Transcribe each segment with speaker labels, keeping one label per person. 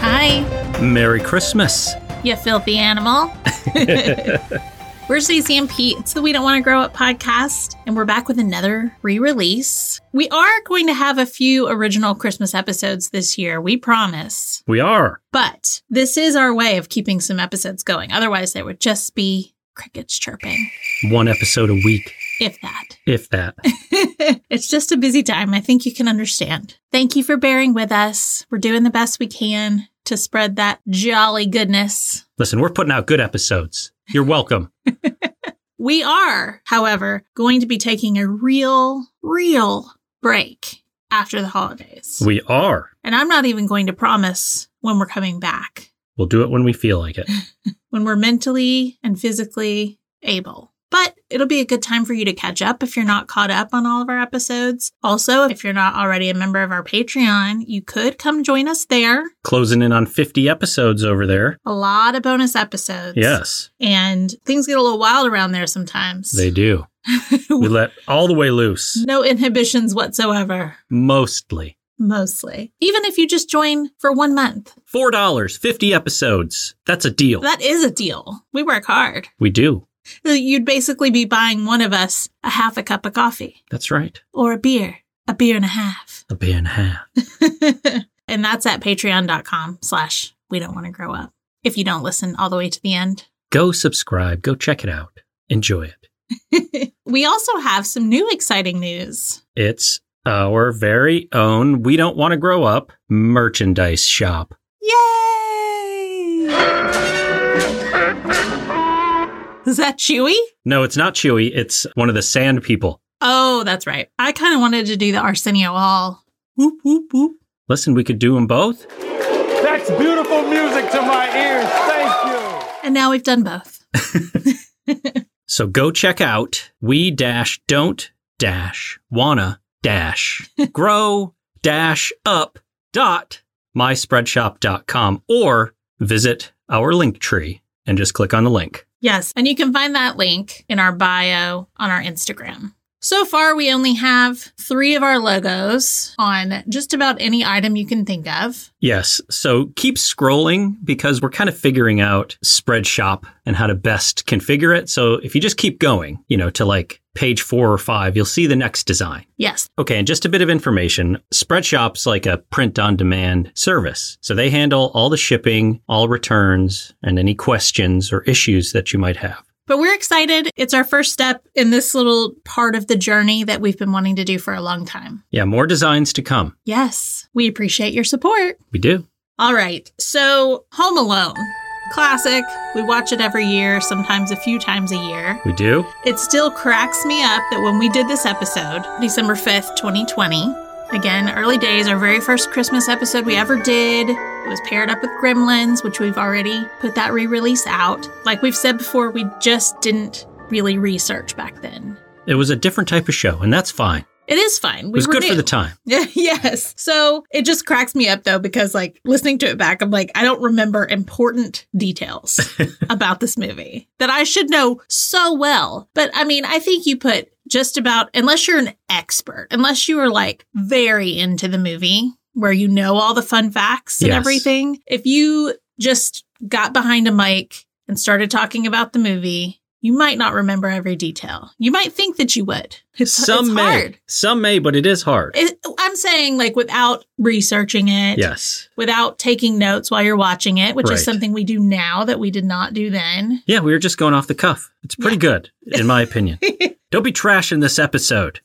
Speaker 1: Hi,
Speaker 2: Merry Christmas.
Speaker 1: you filthy animal. we're Stacey and Pete. It's the We Don't Want to Grow Up podcast, and we're back with another re release. We are going to have a few original Christmas episodes this year, we promise.
Speaker 2: We are.
Speaker 1: But this is our way of keeping some episodes going. Otherwise, there would just be crickets chirping,
Speaker 2: One episode a week,
Speaker 1: if that.
Speaker 2: if that.
Speaker 1: it's just a busy time. I think you can understand. Thank you for bearing with us. We're doing the best we can to spread that jolly goodness.
Speaker 2: Listen, we're putting out good episodes. You're welcome.
Speaker 1: We are, however, going to be taking a real, real break after the holidays.
Speaker 2: We are.
Speaker 1: and I'm not even going to promise when we're coming back,
Speaker 2: We'll do it when we feel like it.
Speaker 1: when we're mentally and physically able. But it'll be a good time for you to catch up if you're not caught up on all of our episodes. Also, if you're not already a member of our Patreon, you could come join us there.
Speaker 2: Closing in on 50 episodes over there.
Speaker 1: A lot of bonus episodes.
Speaker 2: Yes,
Speaker 1: And things get a little wild around there sometimes.
Speaker 2: they do. We let all the way loose,
Speaker 1: no inhibitions whatsoever,
Speaker 2: mostly.
Speaker 1: mostly. Even if you just join for one month,
Speaker 2: $4, 50 episodes. That's a deal.
Speaker 1: that is a deal. We work hard. Uh,
Speaker 2: We do.
Speaker 1: You'd basically be buying one of us a half a cup of coffee
Speaker 2: That's right.
Speaker 1: or a beer, a beer and a half.
Speaker 2: A beer and a half.
Speaker 1: and that's at patreon.com slash we don't want to grow up. If you don't listen all the way to the end,
Speaker 2: Go subscribe. Go check it out. Enjoy it.
Speaker 1: we also have some new exciting news.
Speaker 2: It's our very own We Don't Want to Grow Up merchandise shop.
Speaker 1: Yay! Is that Chewy?
Speaker 2: No, it's not Chewy. It's one of the sand people.
Speaker 1: Oh, that's right. I kind of wanted to do the Arsenio Hall. Whoop, whoop, whoop.
Speaker 2: Listen, we could do them both.
Speaker 3: That's beautiful music to my ears. Thank you.
Speaker 1: And now we've done both.
Speaker 2: So go check out we dash don't dash wanna dash grow dash up dot myspreadshop.com or visit our link tree and just click on the link.
Speaker 1: Yes. And you can find that link in our bio on our Instagram. So far, we only have three of our logos on just about any item you can think of.
Speaker 2: Yes. So keep scrolling because we're kind of figuring out Spreadshop and how to best configure it. So if you just keep going, you know, to like page four or five, you'll see the next design.
Speaker 1: Yes.
Speaker 2: Okay, and just a bit of information. Spreadshop's like a print on demand service. So they handle all the shipping, all returns, and any questions or issues that you might have.
Speaker 1: But we're excited. It's our first step in this little part of the journey that we've been wanting to do for a long time.
Speaker 2: Yeah, more designs to come.
Speaker 1: Yes. We appreciate your support.
Speaker 2: We do.
Speaker 1: All right. So, Home Alone. Classic. We watch it every year, sometimes a few times a year.
Speaker 2: We do.
Speaker 1: It still cracks me up that when we did this episode, December 5th, 2020, again, early days, our very first Christmas episode we ever did. It was paired up with Gremlins, which we've already put that re release out. Like we've said before, we just didn't really research back then.
Speaker 2: It was a different type of show, and that's fine.
Speaker 1: It is fun.
Speaker 2: It
Speaker 1: We
Speaker 2: was
Speaker 1: were
Speaker 2: good for
Speaker 1: new.
Speaker 2: the time.
Speaker 1: Yeah, yes. So it just cracks me up though, because like listening to it back, I'm like, I don't remember important details about this movie that I should know so well. But I mean, I think you put just about, unless you're an expert, unless you are like very into the movie where you know all the fun facts and
Speaker 2: Yes.
Speaker 1: everything, if you just got behind a mic and started talking about the movie, you might not remember every detail. You might think that you would. It's,
Speaker 2: Some
Speaker 1: it's
Speaker 2: may.
Speaker 1: hard.
Speaker 2: Some may, but it is hard.
Speaker 1: It, I'm saying like without researching it,
Speaker 2: yes.
Speaker 1: without taking notes while you're watching it, which
Speaker 2: Right.
Speaker 1: is something we do now that we did not do then.
Speaker 2: Yeah, we were just going off the cuff. It's pretty good, in my opinion. Don't be trashing this episode.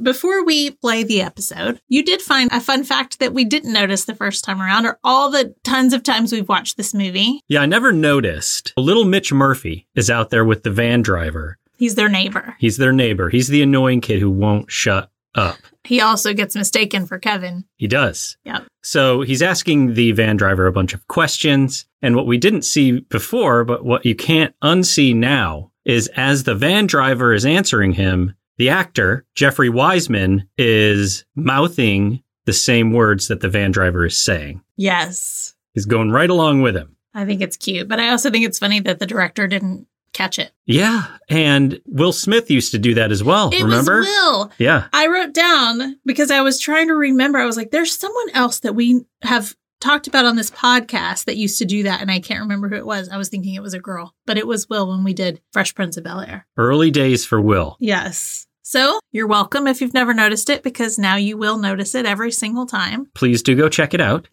Speaker 1: Before we play the episode, you did find a fun fact that we didn't notice the first time around, or all the tons of times we've watched this movie.
Speaker 2: Yeah, I never noticed. Little Mitch Murphy is out there with the van driver.
Speaker 1: He's their neighbor.
Speaker 2: He's their neighbor. He's the annoying kid who won't shut up.
Speaker 1: He also gets mistaken for Kevin.
Speaker 2: He does.
Speaker 1: Yep.
Speaker 2: So he's asking the van driver a bunch of questions. And what we didn't see before, but what you can't unsee now, is as the van driver is answering him, the actor, Jeffrey Wiseman, is mouthing
Speaker 4: the same words that the van driver is saying.
Speaker 1: Yes.
Speaker 4: He's going right along with him.
Speaker 1: I think it's cute, but I also think it's funny that the director didn't catch it.
Speaker 4: Yeah, and Will Smith used to do that as
Speaker 2: Oh,
Speaker 4: well.
Speaker 1: It
Speaker 4: remember?
Speaker 1: was Will.
Speaker 4: Yeah,
Speaker 1: I wrote down because I was trying to remember. I was like, there's someone else that we have talked about on this podcast that used to do that, and I can't remember who it was. I was thinking it was a girl, but it was Will when we did Fresh Prince of Bel Air.
Speaker 4: early days for Will.
Speaker 1: Yes. So you're welcome if you've never noticed it because now you will notice it every single time.
Speaker 4: Please do go check it out.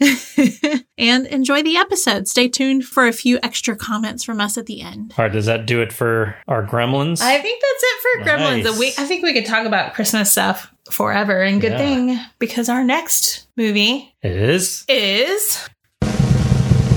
Speaker 1: and enjoy the episode. Stay tuned for a few extra comments from us at the end.
Speaker 2: All right, does that do it for our gremlins?
Speaker 1: I think that's it for Gremlins.
Speaker 2: Nice.
Speaker 1: We, I think we could talk about Christmas stuff forever, and good
Speaker 2: Yeah.
Speaker 1: thing because our next movie
Speaker 2: it is.
Speaker 1: is.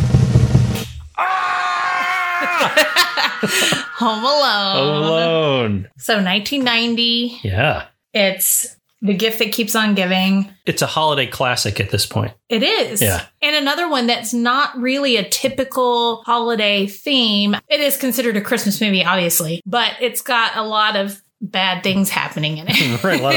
Speaker 1: Home Alone.
Speaker 2: Ah! Alone.
Speaker 1: So 1990.
Speaker 2: Yeah.
Speaker 1: It's the gift that keeps on giving.
Speaker 2: It's a holiday classic at this point.
Speaker 1: It is.
Speaker 2: Yeah.
Speaker 1: And another one that's not really a typical holiday theme. It is considered a Christmas movie, obviously, but it's got a lot of bad things happening in it.
Speaker 2: Right, a lot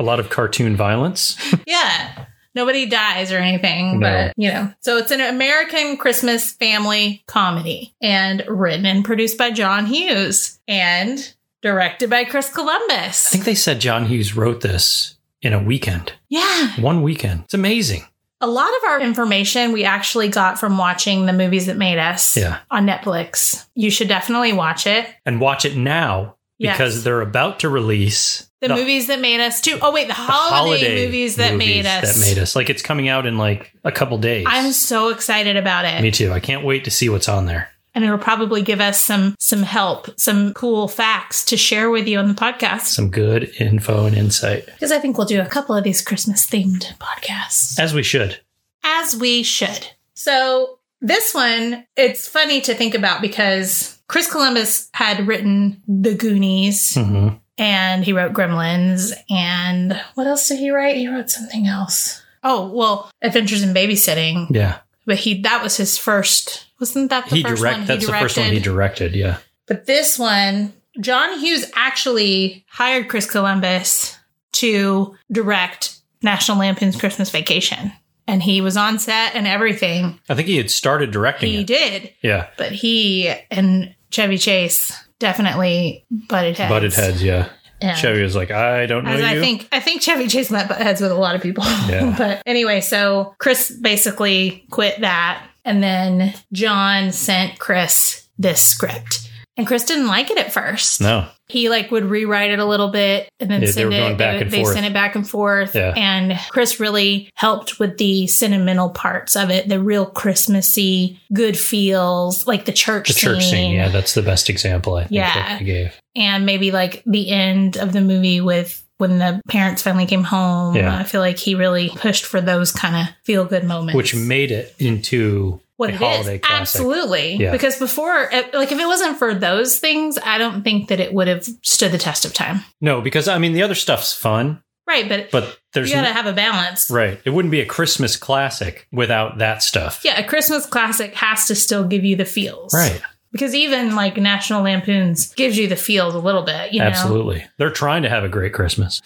Speaker 2: A lot of cartoon violence.
Speaker 1: yeah. Nobody dies or anything,
Speaker 2: No.
Speaker 1: but you know. So it's an American Christmas family comedy and written and produced by John Hughes and directed by Chris
Speaker 2: I
Speaker 1: Columbus.
Speaker 2: think they said John Hughes wrote this in a weekend.
Speaker 1: yeah.
Speaker 2: One weekend. It's amazing.
Speaker 1: A lot of our information we actually got from watching the movies that made us
Speaker 2: Yeah.
Speaker 1: on Netflix. You should definitely watch it.
Speaker 2: And watch it now because
Speaker 1: Yes.
Speaker 2: they're about to release
Speaker 1: The, movies that made us too. Oh wait, the, holiday, movies that
Speaker 2: movies
Speaker 1: made us.
Speaker 2: That made us. Like it's coming out in like a couple days.
Speaker 1: I'm so excited about it.
Speaker 2: Me too. I can't wait to see what's on there.
Speaker 1: And it'll probably give us some some help, some cool facts to share with you on the podcast.
Speaker 2: Some good info and insight,
Speaker 1: Because I think we'll do a couple of these Christmas themed podcasts.
Speaker 2: as we should.
Speaker 1: as we should. So this one, it's funny to think about because Chris Columbus had written The Goonies
Speaker 2: hmm
Speaker 1: and he wrote Gremlins and what else did he write? He wrote something else. Oh, well, Adventures in Babysitting.
Speaker 2: Yeah,
Speaker 1: But he that was his first wasn't that the
Speaker 2: he
Speaker 1: first
Speaker 2: direct.
Speaker 1: one
Speaker 2: That's
Speaker 1: he
Speaker 2: the first one he directed. Yeah,
Speaker 1: but this one, John Hughes actually hired Chris Columbus to direct National Lampoon's Christmas Vacation. And he was on set and everything.
Speaker 2: I think he had started directing.
Speaker 1: He
Speaker 2: it.
Speaker 1: did.
Speaker 2: Yeah,
Speaker 1: But he and Chevy Chase definitely butted heads.
Speaker 2: butted heads. Yeah,
Speaker 1: And
Speaker 2: Chevy was like, I don't know
Speaker 1: As
Speaker 2: you.
Speaker 1: I think, I think Chevy Chase met butt heads with a lot of people.
Speaker 2: Yeah.
Speaker 1: but anyway, so Chris basically quit that, and then John sent Chris this script, and Chris didn't like it at first.
Speaker 2: no,
Speaker 1: He like would rewrite it a little bit, and then
Speaker 2: Yeah, they
Speaker 1: send
Speaker 2: were
Speaker 1: it.
Speaker 2: going back
Speaker 1: they,
Speaker 2: and
Speaker 1: they
Speaker 2: forth.
Speaker 1: sent it back and forth,
Speaker 2: Yeah.
Speaker 1: and Chris really helped with the sentimental parts of it, the real Christmassy, good feels, like the church,
Speaker 2: the church scene. Yeah, that's the best example I think
Speaker 1: Yeah.
Speaker 2: that he gave.
Speaker 1: and maybe like the end of the movie with when the parents finally came home.
Speaker 2: Yeah.
Speaker 1: I feel like he really pushed for those kind of feel good moments.
Speaker 2: which made it into
Speaker 1: what
Speaker 2: a
Speaker 1: it is.
Speaker 2: holiday classic.
Speaker 1: Absolutely.
Speaker 2: Yeah.
Speaker 1: Because before, eh, like if it wasn't for those things, I don't think that it would have stood the test of time.
Speaker 2: No, because I mean the other stuff's fun,
Speaker 1: Right. But,
Speaker 2: but there's
Speaker 1: you got to
Speaker 2: n-
Speaker 1: have a balance.
Speaker 2: right. It wouldn't be a Christmas classic without that stuff.
Speaker 1: Yeah. A Christmas classic has to still give you the feels.
Speaker 2: Right.
Speaker 1: Because even like National Lampoons gives you the feels a little bit, you know?
Speaker 2: Absolutely. They're trying to have a great Christmas.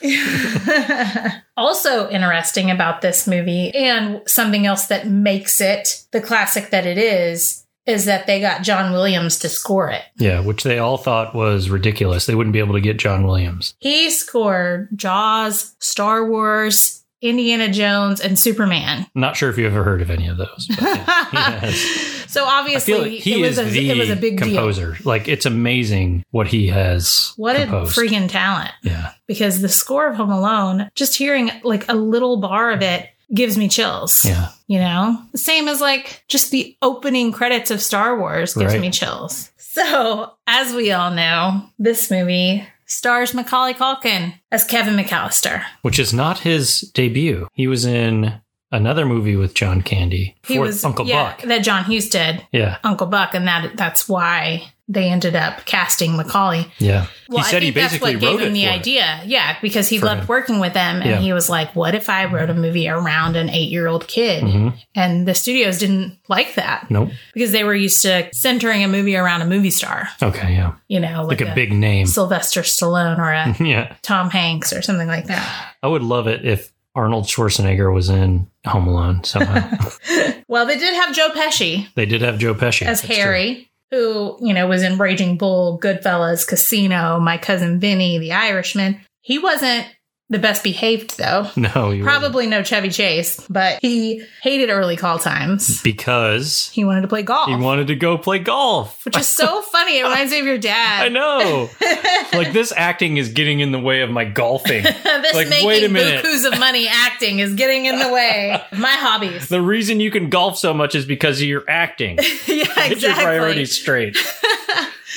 Speaker 1: also interesting about this movie and something else that makes it the classic that it is is that they got John Williams to score it.
Speaker 2: Yeah, which they all thought was ridiculous. They wouldn't be able to get John Williams.
Speaker 1: He scored Jaws, Star Wars, Indiana Jones and Superman.
Speaker 2: Not sure if you ever heard of any of those. but yeah. Yes.
Speaker 1: So
Speaker 2: I
Speaker 1: obviously
Speaker 2: feel like he
Speaker 1: it was
Speaker 2: is
Speaker 1: a,
Speaker 2: the
Speaker 1: it was a big deal.
Speaker 2: composer. Like it's amazing what he has.
Speaker 1: What
Speaker 2: composed.
Speaker 1: a freaking talent.
Speaker 2: yeah.
Speaker 1: Because the score of Home Alone, just hearing like a little bar of it gives me chills.
Speaker 2: Yeah.
Speaker 1: you know? Same as like just the opening credits of Star Wars gives
Speaker 2: Right.
Speaker 1: me chills. So, as we all know, this movie stars Macaulay Culkin as Kevin McAllister.
Speaker 2: Which is not his debut. He was in another movie with John Candy.
Speaker 1: He
Speaker 2: for
Speaker 1: was
Speaker 2: Uncle
Speaker 1: yeah,
Speaker 2: Buck.
Speaker 1: that John Hughes did
Speaker 2: Yeah.
Speaker 1: Uncle Buck, and that that's why they ended up casting Macaulay.
Speaker 2: Yeah.
Speaker 1: Well,
Speaker 2: he said
Speaker 1: I
Speaker 2: he
Speaker 1: think that's
Speaker 2: basically
Speaker 1: what gave
Speaker 2: wrote
Speaker 1: him
Speaker 2: it
Speaker 1: the
Speaker 2: for it.
Speaker 1: idea. Yeah, because he
Speaker 2: For
Speaker 1: loved
Speaker 2: him.
Speaker 1: working with them, and
Speaker 2: Yeah.
Speaker 1: he was like, "What if I wrote a movie around an eight-year-old kid?"
Speaker 2: Mhm.
Speaker 1: And the studios didn't like that.
Speaker 2: Nope.
Speaker 1: because they were used to centering a movie around a movie star,
Speaker 2: Okay. Yeah.
Speaker 1: you know,
Speaker 2: Like a big Hmm. name.
Speaker 1: Sylvester Stallone or a
Speaker 2: yeah.
Speaker 1: Tom Hanks or something like that.
Speaker 2: I would love it if Arnold Schwarzenegger was in Home Alone somehow.
Speaker 1: well, they did have Joe Pesci
Speaker 2: they did have Joe Pesci
Speaker 1: as
Speaker 2: that's true.
Speaker 1: Harry, who, you know, was in Raging Bull, Goodfellas, Casino, My Cousin Vinny, The Irishman. He wasn't the best behaved, though.
Speaker 2: No, you wouldn't.
Speaker 1: Probably no Chevy Chase, but he hated early call times.
Speaker 2: because
Speaker 1: He wanted to play golf,
Speaker 2: he wanted to go play golf.
Speaker 1: which is so funny. It reminds me of your dad.
Speaker 2: I know. like this acting is getting in the way of my golfing.
Speaker 1: this
Speaker 2: Like,
Speaker 1: making
Speaker 2: wait a minute.
Speaker 1: bukus of money acting is getting in the way of my hobbies.
Speaker 2: the reason you can golf so much is because of your acting.
Speaker 1: yeah, exactly.
Speaker 2: Get your priorities straight.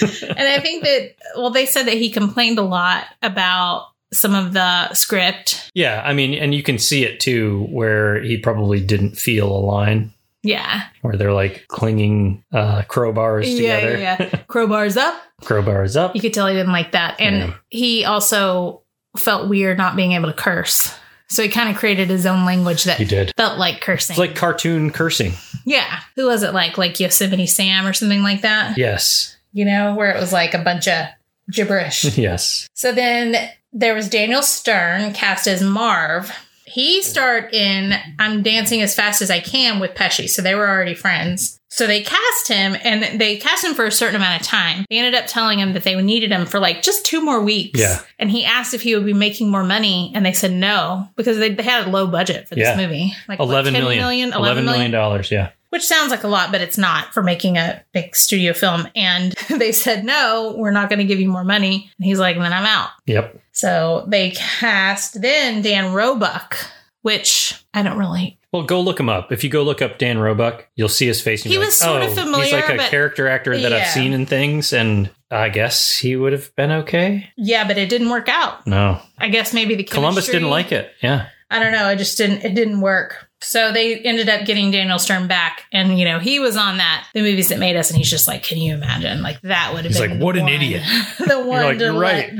Speaker 1: and I think that well, they said that he complained a lot about some of the script.
Speaker 2: Yeah, I mean, and you can see it too, where he probably didn't feel a line,
Speaker 1: Yeah,
Speaker 2: where they're like clinging uh, crowbars together.
Speaker 1: yeah, yeah. Crowbars up.
Speaker 2: Crowbars up.
Speaker 1: You could tell he didn't like that, and
Speaker 2: Yeah.
Speaker 1: he also felt weird not being able to curse. So he kind of created his own language that
Speaker 2: He did.
Speaker 1: felt like cursing.
Speaker 2: It's like cartoon cursing.
Speaker 1: yeah, who was it like? Like Yosemite Sam or something like that.
Speaker 2: Yes,
Speaker 1: You know, where it was like a bunch of gibberish.
Speaker 2: yes.
Speaker 1: So then there was Daniel Stern cast as Marv. He starred in I'm Dancing as Fast as I Can with Pesci, so they were already friends. So they cast him and they cast him for a certain amount of time. They ended up telling him that they needed him for like just two more weeks.
Speaker 2: Yeah.
Speaker 1: And he asked if he would be making more money and they said no because they they had a low budget for this
Speaker 2: Yeah.
Speaker 1: movie. Like what,
Speaker 2: Eleven
Speaker 1: 10
Speaker 2: million.
Speaker 1: million,
Speaker 2: 11 million dollars. Yeah.
Speaker 1: which sounds like a lot, but it's not for making a big studio film. And they said, no, we're not going to give you more money. And he's like, then I'm out.
Speaker 2: Yep.
Speaker 1: So they cast then Dan Roebuck, which I don't really.
Speaker 2: Well, go look him up. If you go look up Dan Roebuck, you'll see his face. And
Speaker 1: He
Speaker 2: you're
Speaker 1: was
Speaker 2: like,
Speaker 1: sort of
Speaker 2: "Oh,
Speaker 1: familiar,
Speaker 2: He's like a
Speaker 1: but-
Speaker 2: character actor that
Speaker 1: Yeah.
Speaker 2: I've seen in things, and I guess he would have been okay.
Speaker 1: Yeah, but it didn't work out.
Speaker 2: No,
Speaker 1: I guess maybe the
Speaker 2: Columbus
Speaker 1: chemistry-
Speaker 2: didn't like it. Yeah.
Speaker 1: I don't know. I just didn't. It didn't work. So they ended up getting Daniel Stern back, and you know he was on that the movies that made us, and he's just like, can you imagine? Like that would have.
Speaker 2: He's
Speaker 1: been
Speaker 2: like,
Speaker 1: the
Speaker 2: "What an
Speaker 1: one-
Speaker 2: idiot."
Speaker 1: the one
Speaker 2: like,
Speaker 1: to
Speaker 2: "You're
Speaker 1: let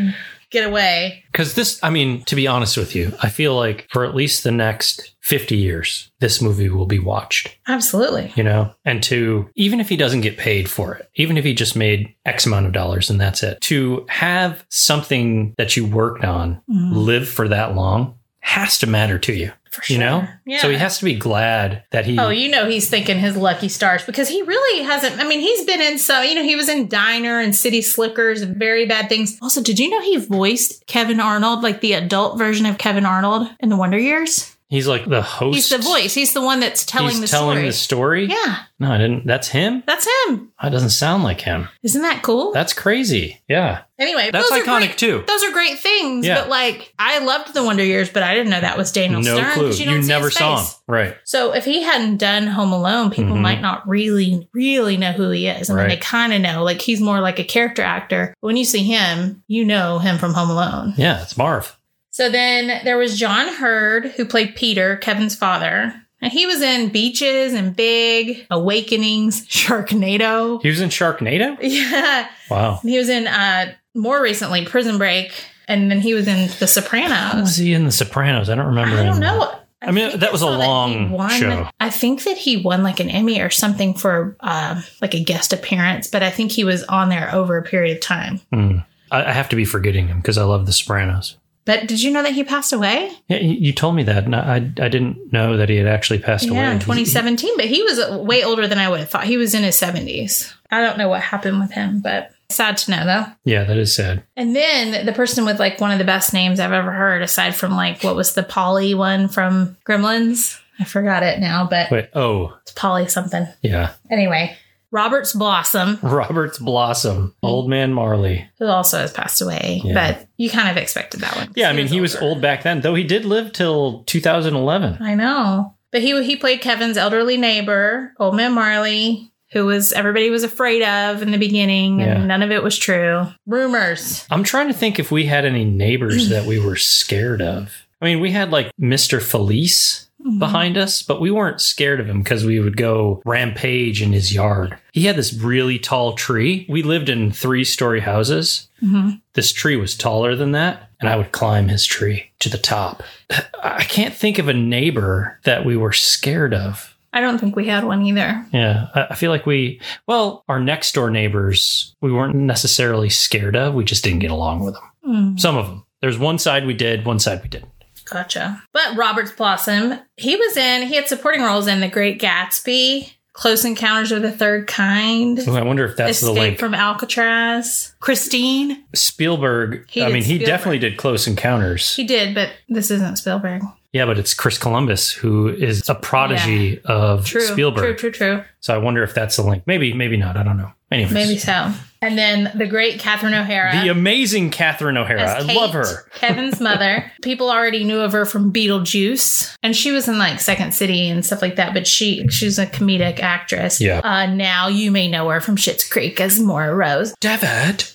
Speaker 1: get away.
Speaker 2: Because this, I mean, to be honest with you, I feel like for at least the next 50 years, this movie will be watched,
Speaker 1: Absolutely.
Speaker 2: you know? And to, even if he doesn't get paid for it, even if he just made X amount of dollars and that's it, to have something that you worked on
Speaker 1: Mhm.
Speaker 2: live for that long has to matter to you,
Speaker 1: For
Speaker 2: you know?
Speaker 1: sure. Yeah.
Speaker 2: So he has to be glad that he,
Speaker 1: Oh, you know he's thinking his lucky stars because he really hasn't. I mean, he's been in so you know he was in Diner and City Slickers and very bad things. Also, did you know he voiced Kevin Arnold, like the adult version of Kevin Arnold in the Wonder Years?
Speaker 2: he's like the host.
Speaker 1: He's the voice. He's the one that's telling
Speaker 2: Oh, He's
Speaker 1: the
Speaker 2: telling
Speaker 1: story.
Speaker 2: the story.
Speaker 1: yeah,
Speaker 2: No, I didn't. That's him.
Speaker 1: that's him.
Speaker 2: That doesn't sound like him.
Speaker 1: Isn't that cool?
Speaker 2: That's crazy. Yeah.
Speaker 1: anyway,
Speaker 2: That's
Speaker 1: those are
Speaker 2: iconic
Speaker 1: great-
Speaker 2: too.
Speaker 1: Those are great things,
Speaker 2: Yeah.
Speaker 1: but like I loved the Wonder Years, but I didn't know that was Daniel
Speaker 2: no
Speaker 1: Stern.
Speaker 2: clue.
Speaker 1: 'cause
Speaker 2: You,
Speaker 1: don't see
Speaker 2: never
Speaker 1: his
Speaker 2: saw him.
Speaker 1: face.
Speaker 2: Right.
Speaker 1: So if he hadn't done Home Alone, people
Speaker 2: Mhm.
Speaker 1: might not really, really know who he is. I mean,
Speaker 2: Right.
Speaker 1: they kind of know. Like he's more like a character actor. When you see him, you know him from Home Alone.
Speaker 2: Yeah, it's Marv.
Speaker 1: So then there was John Hurd, who played Peter, Kevin's father. And he was in Beaches and Big, Awakenings, Sharknado.
Speaker 2: He was in Sharknado?
Speaker 1: Yeah.
Speaker 2: Wow.
Speaker 1: He was in uh more recently Prison Break. And then he was in The
Speaker 2: Was
Speaker 1: Sopranos.
Speaker 2: he in The Sopranos? I don't remember.
Speaker 1: I don't
Speaker 2: him.
Speaker 1: know.
Speaker 2: I mean,
Speaker 1: think
Speaker 2: that was a
Speaker 1: saw he
Speaker 2: long
Speaker 1: won-
Speaker 2: show.
Speaker 1: I think that he won like an Emmy or something for um, like a guest appearance, but I think he was on there over a period of time.
Speaker 2: Hmm. I, I have to be forgetting him because I love The Sopranos.
Speaker 1: But did you know that he passed away?
Speaker 2: Yeah, you you told me that, and I, I didn't know that he had actually passed away.
Speaker 1: yeah, in
Speaker 2: He-
Speaker 1: 2017, but he was uh, way older than I would have thought. He was in his 70s. I don't know what happened with him, but sad to know though.
Speaker 2: he- yeah, that is sad.
Speaker 1: And then the person with like one of the best names I've ever heard, aside from like what was the Polly one from Gremlins? I forgot it now, but
Speaker 2: Wait, oh,
Speaker 1: it's Polly something.
Speaker 2: yeah.
Speaker 1: Anyway, Robert's Blossom.
Speaker 2: Robert's Blossom,
Speaker 1: Hmm.
Speaker 2: Old Man Marley.
Speaker 1: who also has passed away.
Speaker 2: Yeah.
Speaker 1: But you kind of expected that one.
Speaker 2: Yeah, I mean, he was
Speaker 1: older.
Speaker 2: old back then, though he did live till 2011.
Speaker 1: I know, but he he played Kevin's elderly neighbor, Old Man Marley, who was everybody was afraid of in the beginning,
Speaker 2: Yeah.
Speaker 1: and none of it was true. Rumors.
Speaker 2: I'm trying to think if we had any neighbors that we were scared of. I mean, we had like Mr. Felice. behind us, but we weren't scared of him because we would go rampage in his yard. He had this really tall tree. We lived in three story houses.
Speaker 1: Mhm.
Speaker 2: This tree was taller than that, and I would climb his tree to the top. I can't think of a neighbor that we were scared of.
Speaker 1: I don't think we had one either.
Speaker 2: Yeah, I I feel like we, well, our next door neighbors, we weren't necessarily scared of. We just didn't get along with them.
Speaker 1: Mm.
Speaker 2: Some of them. There's one side we did, one side we didn't.
Speaker 1: Gotcha. But Roberts Blossom, he was in, he had supporting roles in The Great Gatsby, Close Encounters of the Third Kind,
Speaker 2: Ooh, I wonder if that's
Speaker 1: Escape
Speaker 2: the link.
Speaker 1: from Alcatraz, Christine.
Speaker 2: Spielberg.
Speaker 1: He
Speaker 2: I
Speaker 1: did
Speaker 2: mean, he
Speaker 1: Spielberg.
Speaker 2: definitely did Close Encounters.
Speaker 1: He did, but this isn't Spielberg.
Speaker 2: yeah, but it's Chris Columbus who is a prodigy of
Speaker 1: True.
Speaker 2: Spielberg.
Speaker 1: True, true, true.
Speaker 2: So I wonder if that's the link. Maybe, maybe not. I don't know. Anyways,
Speaker 1: Maybe so. And then the great Catherine O'Hara.
Speaker 2: the amazing Catherine O'Hara. I
Speaker 1: as Kate,
Speaker 2: love her.
Speaker 1: Kevin's mother. People already knew of her from Beetlejuice, and she was in like Second City and stuff like that. But she she's a comedic actress.
Speaker 2: Yeah.
Speaker 1: Uh, now you may know her from Schitt's Creek as Maura Rose,
Speaker 2: David.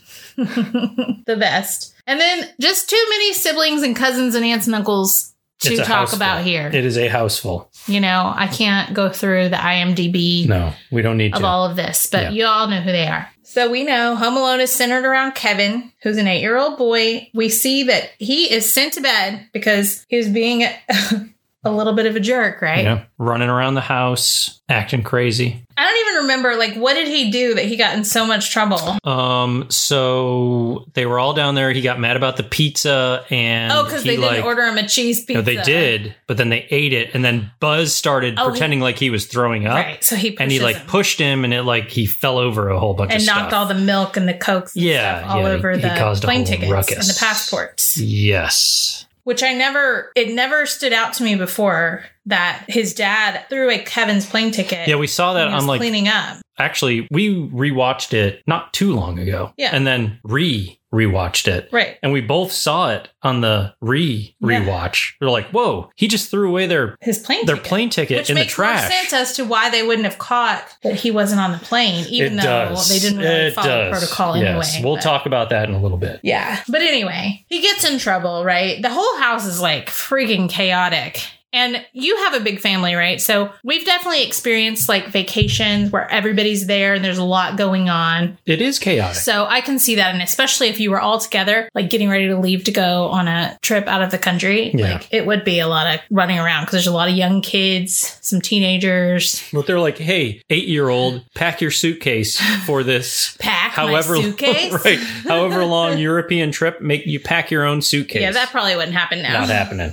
Speaker 1: the best. And then just too many siblings and cousins and aunts and uncles to
Speaker 2: It's a
Speaker 1: talk
Speaker 2: houseful.
Speaker 1: about here.
Speaker 2: It is a houseful.
Speaker 1: you know, I can't go through the IMDb
Speaker 2: No, we don't need
Speaker 1: of
Speaker 2: to.
Speaker 1: all of this, but
Speaker 2: Yeah.
Speaker 1: you all know who they are. So we know Home Alone is centered around Kevin, who's an eight year old boy. We see that he is sent to bed because he was being a, a little bit of a jerk, right?
Speaker 2: yeah, running around the house, acting crazy.
Speaker 1: I don't even remember, like, what did he do that he got in so much trouble?
Speaker 2: Um, so they were all down there. He got mad about the pizza, and
Speaker 1: Oh, because
Speaker 2: he,
Speaker 1: they didn't
Speaker 2: like-
Speaker 1: order him a cheese pizza.
Speaker 2: No, they did, but then they ate it, and then Buzz started
Speaker 1: Oh, he-
Speaker 2: pretending like he was throwing up,
Speaker 1: Right. So he pushes
Speaker 2: and he like
Speaker 1: him
Speaker 2: pushed him, and it like he fell over a whole bunch
Speaker 1: and
Speaker 2: of
Speaker 1: knocked
Speaker 2: stuff.
Speaker 1: all the milk and the cokes and
Speaker 2: Yeah,
Speaker 1: stuff all
Speaker 2: yeah,
Speaker 1: over
Speaker 2: he- he
Speaker 1: the
Speaker 2: caused a
Speaker 1: plane
Speaker 2: whole
Speaker 1: tickets and the
Speaker 2: ruckus.
Speaker 1: passports.
Speaker 2: yes,
Speaker 1: which I never, it never stood out to me before that his dad threw away Kevin's plane ticket.
Speaker 2: yeah, we saw that
Speaker 1: when he was
Speaker 2: on like
Speaker 1: cleaning up.
Speaker 2: actually we rewatched it not too long ago,
Speaker 1: Yeah.
Speaker 2: and then re rewatched it.
Speaker 1: Right.
Speaker 2: And we both saw it on the re
Speaker 1: Yeah.
Speaker 2: rewatch. We're like, "Whoa! He just threw away their
Speaker 1: His plane
Speaker 2: their
Speaker 1: ticket.
Speaker 2: plane ticket
Speaker 1: Which
Speaker 2: in the
Speaker 1: makes more
Speaker 2: trash."
Speaker 1: sense uh, as to why they wouldn't have caught that he wasn't on the plane, even
Speaker 2: it
Speaker 1: though
Speaker 2: does.
Speaker 1: they didn't really
Speaker 2: it
Speaker 1: follow
Speaker 2: does.
Speaker 1: protocol anyway.
Speaker 2: Yes, we'll
Speaker 1: but-
Speaker 2: talk about that in a little bit.
Speaker 1: Yeah. But anyway, he gets in trouble, right? The whole house is like freaking chaotic. And you have a big family, right? So we've definitely experienced like vacations where everybody's there and there's a lot going on.
Speaker 2: It is chaotic.
Speaker 1: So I can see that. And especially if you were all together, like getting ready to leave to go on a trip out of the country,
Speaker 2: Yeah.
Speaker 1: like it would be a lot of running around because there's a lot of young kids, some teenagers.
Speaker 2: But they're like, hey, eight year old, pack your suitcase for this.
Speaker 1: Pack
Speaker 2: however,
Speaker 1: my suitcase.
Speaker 2: right, however long European trip, make you pack your own suitcase.
Speaker 1: Yeah, that probably wouldn't happen now.
Speaker 2: not happening.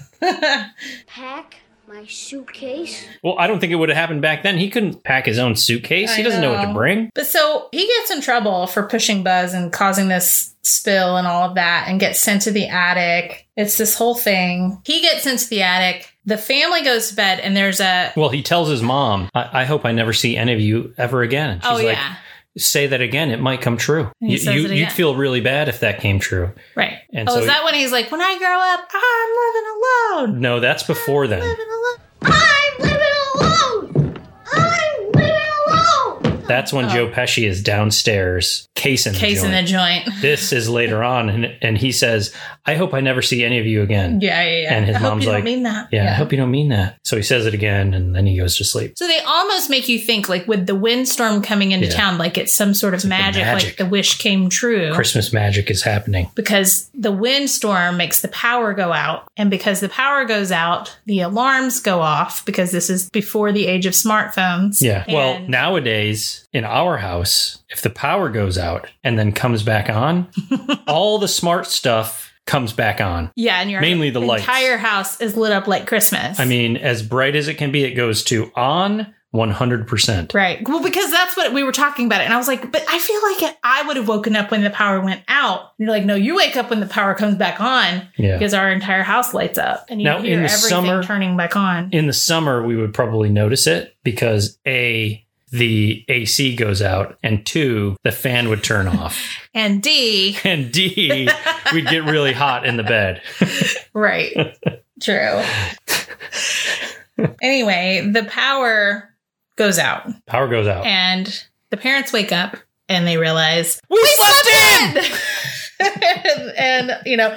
Speaker 5: Pack my suitcase.
Speaker 2: Well, I don't think it would have happened back then. He couldn't pack his own suitcase.
Speaker 1: I
Speaker 2: he doesn't know. what to
Speaker 1: know.
Speaker 2: bring.
Speaker 1: But so he gets in trouble for pushing Buzz and causing this spill and all of that and gets sent to the attic. It's this whole thing. He gets sent to the attic. The family goes to bed and there's a.
Speaker 2: Well, he tells his mom, I, I hope I never see any of you ever again. And she's
Speaker 1: oh,
Speaker 2: like,
Speaker 1: yeah.
Speaker 2: say that again. It might come true.
Speaker 1: And he
Speaker 2: You,
Speaker 1: says
Speaker 2: you,
Speaker 1: it
Speaker 2: you'd
Speaker 1: again.
Speaker 2: feel really bad if that came true.
Speaker 1: Right.
Speaker 2: And
Speaker 1: oh,
Speaker 2: so
Speaker 1: is
Speaker 2: he-
Speaker 1: that when he's like, when I grow up, I'm living alone?
Speaker 2: No, that's before then.
Speaker 1: Living alone.
Speaker 5: I'm living alone! I'm living alone!
Speaker 2: That's when Joe Pesci is downstairs casing the
Speaker 1: Oh. Case in
Speaker 2: joint.
Speaker 1: the joint.
Speaker 2: this is later on and, and he says i hope i never see any of you again
Speaker 1: Yeah, yeah, yeah.
Speaker 2: And his
Speaker 1: I hope
Speaker 2: mom's
Speaker 1: you
Speaker 2: like,
Speaker 1: don't mean that.
Speaker 2: yeah, i hope you don't mean that so he says it again and then he goes to sleep
Speaker 1: So they almost make you think, like, with the windstorm coming into
Speaker 2: Yeah.
Speaker 1: town, like it's some sort of magic,
Speaker 2: magic.
Speaker 1: like the wish came true.
Speaker 2: christmas magic is happening
Speaker 1: because the windstorm makes the power go out. And because the power goes out, the alarms go off because this is before the age of smartphones.
Speaker 2: yeah well
Speaker 1: And-
Speaker 2: nowadays in our house if the power goes out and then comes back on all the smart stuff comes back on
Speaker 1: yeah, and your
Speaker 2: mainly the lights.
Speaker 1: entire house is lit up like Christmas.
Speaker 2: i mean as bright as it can be it goes to on 100%
Speaker 1: Right. Well, because that's what we were talking about. It. And I was like, but I feel like it, I would have woken up when the power went out. And you're like, no, you wake up when the power comes back on
Speaker 2: yeah
Speaker 1: because our entire house lights up and you
Speaker 2: Now,
Speaker 1: hear
Speaker 2: in the
Speaker 1: everything
Speaker 2: summer-
Speaker 1: turning back on.
Speaker 2: in the summer we would probably notice it because a the AC goes out and two the fan would turn off
Speaker 1: And D,
Speaker 2: and D we'd get really hot in the bed.
Speaker 1: right. True. anyway, the power goes out
Speaker 2: Power goes out.
Speaker 1: and the parents wake up and they realize we, slept, in. and, you know,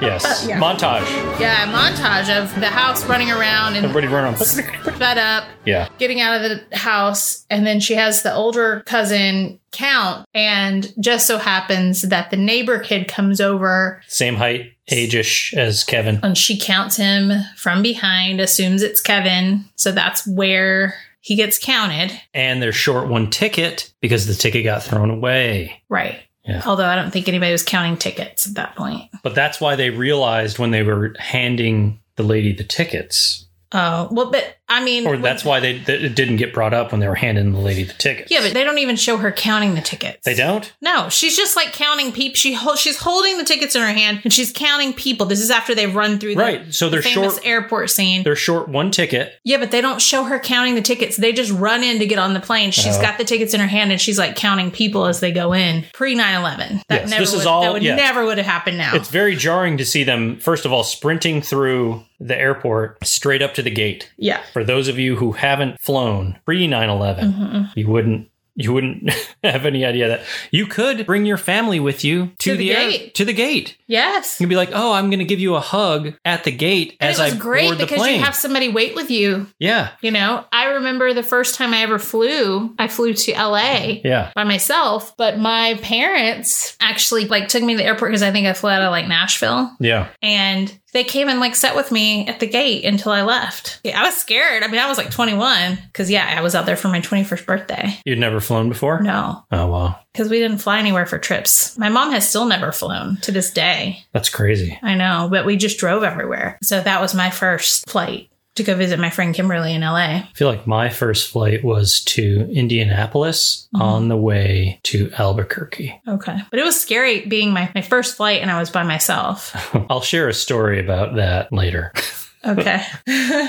Speaker 2: yes.
Speaker 1: Yeah.
Speaker 2: Montage.
Speaker 1: Yeah, a montage of the house running around and
Speaker 2: Everybody run on.
Speaker 1: fed up,
Speaker 2: Yeah.
Speaker 1: getting out of the house. And then she has the older cousin count. And just so happens that the neighbor kid comes over
Speaker 2: Same height, age-ish as Kevin.
Speaker 1: and she counts him from behind, assumes it's Kevin. So that's where he gets counted.
Speaker 2: And they're short one ticket because the ticket got thrown away.
Speaker 1: Right. Although I don't think anybody was counting tickets at that point.
Speaker 2: But that's why they realized when they were handing the lady the tickets,
Speaker 1: Oh, well, but I mean,
Speaker 2: or that's why they that it didn't get brought up when they were handing the lady the tickets.
Speaker 1: yeah, but they don't even show her counting the tickets.
Speaker 2: they don't.
Speaker 1: No, she's just like counting people. She hol- she's holding the tickets in her hand and she's counting people. This is after they run through the,
Speaker 2: Right, so they're
Speaker 1: famous
Speaker 2: short-
Speaker 1: airport scene.
Speaker 2: They're short one ticket.
Speaker 1: Yeah, but they don't show her counting the tickets. They just run in to get on the plane. She's
Speaker 2: Oh.
Speaker 1: got the tickets in her hand and she's like counting people as they go in. Pre 9/11. That
Speaker 2: Yes,
Speaker 1: never
Speaker 2: this is
Speaker 1: would,
Speaker 2: all-
Speaker 1: that would
Speaker 2: yeah.
Speaker 1: never would have happened now.
Speaker 2: It's very jarring to see them first of all sprinting through the airport straight up to the gate.
Speaker 1: yeah.
Speaker 2: For those of you who haven't flown pre 9/11,
Speaker 1: Mm-hmm.
Speaker 2: you wouldn't you wouldn't have any idea that you could bring your family with you to,
Speaker 1: To the
Speaker 2: air-
Speaker 1: gate.
Speaker 2: to the gate.
Speaker 1: Yes.
Speaker 2: You'd be like, "Oh, I'm going to give you a hug at the gate
Speaker 1: And
Speaker 2: as
Speaker 1: it was
Speaker 2: I
Speaker 1: great
Speaker 2: board the
Speaker 1: because
Speaker 2: plane."
Speaker 1: you have somebody wait with you.
Speaker 2: yeah.
Speaker 1: You know, I remember the first time I ever flew, I flew to LA.
Speaker 2: Yeah.
Speaker 1: by myself, but my parents actually like took me to the airport because I think I flew out of like Nashville
Speaker 2: Yeah.
Speaker 1: and they came and like sat with me at the gate until I left. Yeah, I was scared. I mean, I was like 21 because yeah, I was out there for my 21st birthday.
Speaker 2: You'd never flown before?
Speaker 1: No,
Speaker 2: Oh, wow.
Speaker 1: because we didn't fly anywhere for trips. My mom has still never flown to this day.
Speaker 2: That's crazy.
Speaker 1: I know, but we just drove everywhere. So that was my first flight to go visit my friend Kimberly in LA.
Speaker 2: I feel like my first flight was to Indianapolis
Speaker 1: Mm-hmm.
Speaker 2: on the way to Albuquerque.
Speaker 1: Okay. But it was scary being my, my first flight and I was by myself.
Speaker 2: I'll share a story about that later
Speaker 1: Okay.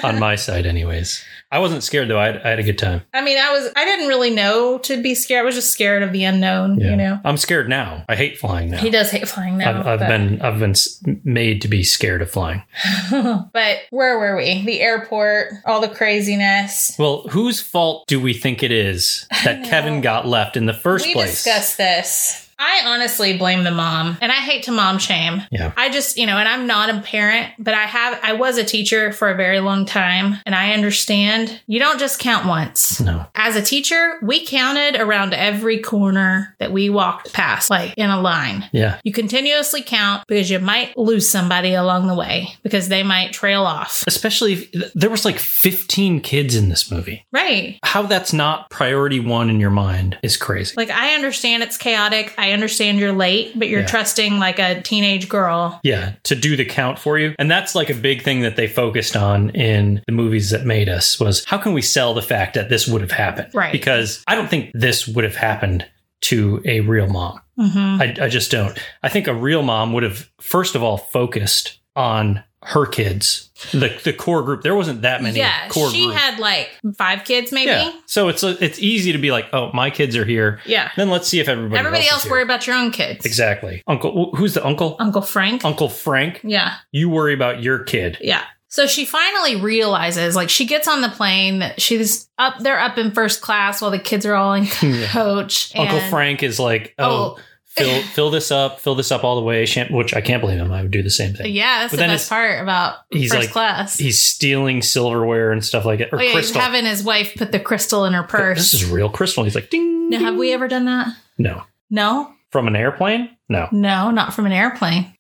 Speaker 2: on my side, anyways. I wasn't scared though. I had, I had a good time.
Speaker 1: I mean, I was I didn't really know to be scared. I was just scared of the unknown, you know.
Speaker 2: I'm scared now. I hate flying now.
Speaker 1: He does hate flying now.
Speaker 2: I've, I've
Speaker 1: but,
Speaker 2: been I've been s- made to be scared of flying.
Speaker 1: but where were we? The airport, all the craziness.
Speaker 2: Well, whose fault do we think it is that Kevin got left in the first
Speaker 1: we
Speaker 2: place?
Speaker 1: discussed this. I honestly blame the mom, and I hate to mom shame.
Speaker 2: Yeah.
Speaker 1: I just, you know, and I'm not a parent, but I have I was a teacher for a very long time, and I understand you don't just count once.
Speaker 2: no.
Speaker 1: As a teacher, we counted around every corner that we walked past, like in a line.
Speaker 2: Yeah.
Speaker 1: You continuously count because you might lose somebody along the way because they might trail off.
Speaker 2: Especially if, th- there was like 15 kids in this movie.
Speaker 1: Right.
Speaker 2: how that's not priority one in your mind is crazy.
Speaker 1: Like, I understand it's chaotic. I understand you're late, but you're
Speaker 2: Yeah.
Speaker 1: trusting like a teenage girl.
Speaker 2: Yeah, to do the count for you. And that's like a big thing that they focused on in the movies that made us was how can we sell the fact that this would have happened?
Speaker 1: Right.
Speaker 2: Because I don't think this would have happened to a real mom.
Speaker 1: Mm-hmm.
Speaker 2: I, I just don't. I think a real mom would have first of all focused on her kids, the the core group. There wasn't that many
Speaker 1: Yeah.
Speaker 2: core
Speaker 1: She
Speaker 2: group.
Speaker 1: had like five kids, maybe.
Speaker 2: yeah.
Speaker 1: Yeah.
Speaker 2: So it's it's easy to be like, oh, my kids are here. Then let's see if everybody
Speaker 1: Everybody
Speaker 2: else,
Speaker 1: else
Speaker 2: is
Speaker 1: worry
Speaker 2: here.
Speaker 1: about your own kids.
Speaker 2: Exactly. Uncle, who's the uncle?
Speaker 1: Uncle Frank.
Speaker 2: Uncle Frank,
Speaker 1: yeah.
Speaker 2: you worry about your kid.
Speaker 1: Yeah. So she finally realizes, like, she gets on the plane that she's up, they're up in first class while the kids are all in coach.
Speaker 2: Uncle
Speaker 1: and-
Speaker 2: Frank is like, oh,
Speaker 1: Oh.
Speaker 2: fill fill this up, fill this up all the way, Sham- which I can't blame him. I would do the same thing.
Speaker 1: Yeah, that's
Speaker 2: But
Speaker 1: the
Speaker 2: then
Speaker 1: best
Speaker 2: it's-
Speaker 1: part about
Speaker 2: he's
Speaker 1: first
Speaker 2: like-
Speaker 1: class.
Speaker 2: He's stealing silverware and stuff like that, or
Speaker 1: Oh, yeah, he's
Speaker 2: crystal.
Speaker 1: having his wife put the crystal in her
Speaker 2: This
Speaker 1: purse.
Speaker 2: is real crystal. He's like, ding.
Speaker 1: Now, have
Speaker 2: ding.
Speaker 1: we ever done that?
Speaker 2: No.
Speaker 1: No,
Speaker 2: From an airplane? No.
Speaker 1: no, not from an airplane.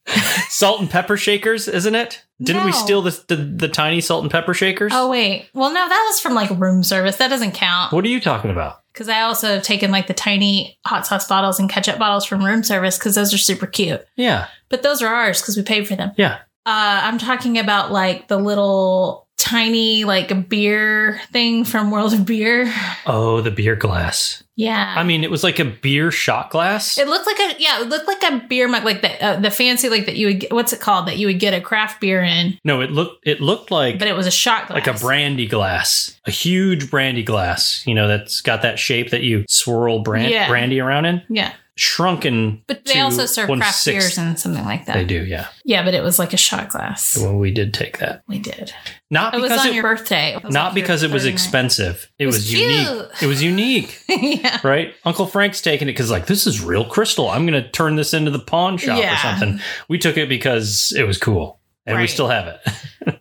Speaker 2: salt and pepper shakers, isn't it? Didn't we
Speaker 1: No.
Speaker 2: steal the, the the tiny salt and pepper shakers?
Speaker 1: Oh wait, well no, that was from like room service. That doesn't count
Speaker 2: What are you talking about?
Speaker 1: because I also have taken like the tiny hot sauce bottles and ketchup bottles from room service because those are super cute.
Speaker 2: Yeah.
Speaker 1: But those are ours because we paid for them.
Speaker 2: Yeah.
Speaker 1: Uh, I'm talking about like the little tiny like beer thing from World of Beer.
Speaker 2: Oh, the beer glass.
Speaker 1: Yeah,
Speaker 2: I mean, it was like a beer shot glass.
Speaker 1: It looked like a yeah, it looked like a beer mug, like the uh, the fancy like that you would get, what's it called that you would get a craft beer in,
Speaker 2: no, it looked it looked like
Speaker 1: but it was a shot glass,
Speaker 2: like a brandy glass, a huge brandy glass, you know, that's got that shape that you swirl brand,
Speaker 1: Yeah.
Speaker 2: brandy around in,
Speaker 1: Yeah,
Speaker 2: shrunken.
Speaker 1: but they
Speaker 2: to
Speaker 1: also serve craft
Speaker 2: one-sixth.
Speaker 1: beers and something like that.
Speaker 2: They do, yeah.
Speaker 1: Yeah, but it was like a shot glass.
Speaker 2: Well, we did take that.
Speaker 1: We did.
Speaker 2: Not
Speaker 1: It was
Speaker 2: because
Speaker 1: on
Speaker 2: it,
Speaker 1: your birthday. It was
Speaker 2: not
Speaker 1: like your
Speaker 2: because it was
Speaker 1: 39.
Speaker 2: expensive. It, was,
Speaker 1: was
Speaker 2: unique.
Speaker 1: cute.
Speaker 2: It was unique,
Speaker 1: yeah.
Speaker 2: right? Uncle Frank's taking it because like this is real crystal. I'm going to turn this into the pawn shop or
Speaker 1: Yeah.
Speaker 2: something. We took it because it was cool. And we
Speaker 1: Right.
Speaker 2: still have it.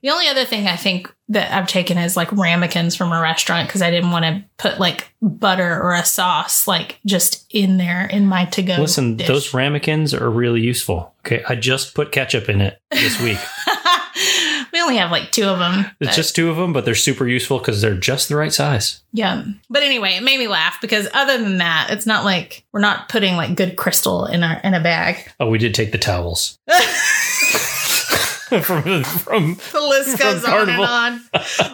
Speaker 1: The only other thing I think that I've taken is like ramekins from a restaurant because I didn't want to put like butter or a sauce like just in there in my to go.
Speaker 2: Listen, those ramekins are really useful. Okay, I just put ketchup in it this week.
Speaker 1: we only have like two of them.
Speaker 2: It's just two of them, but they're super useful because they're just the right size.
Speaker 1: yeah. But anyway, it made me laugh because other than that, it's not like we're not putting like good crystal in our in a bag.
Speaker 2: Oh, we did take the towels from from.
Speaker 1: The list
Speaker 2: From
Speaker 1: goes on and
Speaker 2: Carnival.
Speaker 1: on.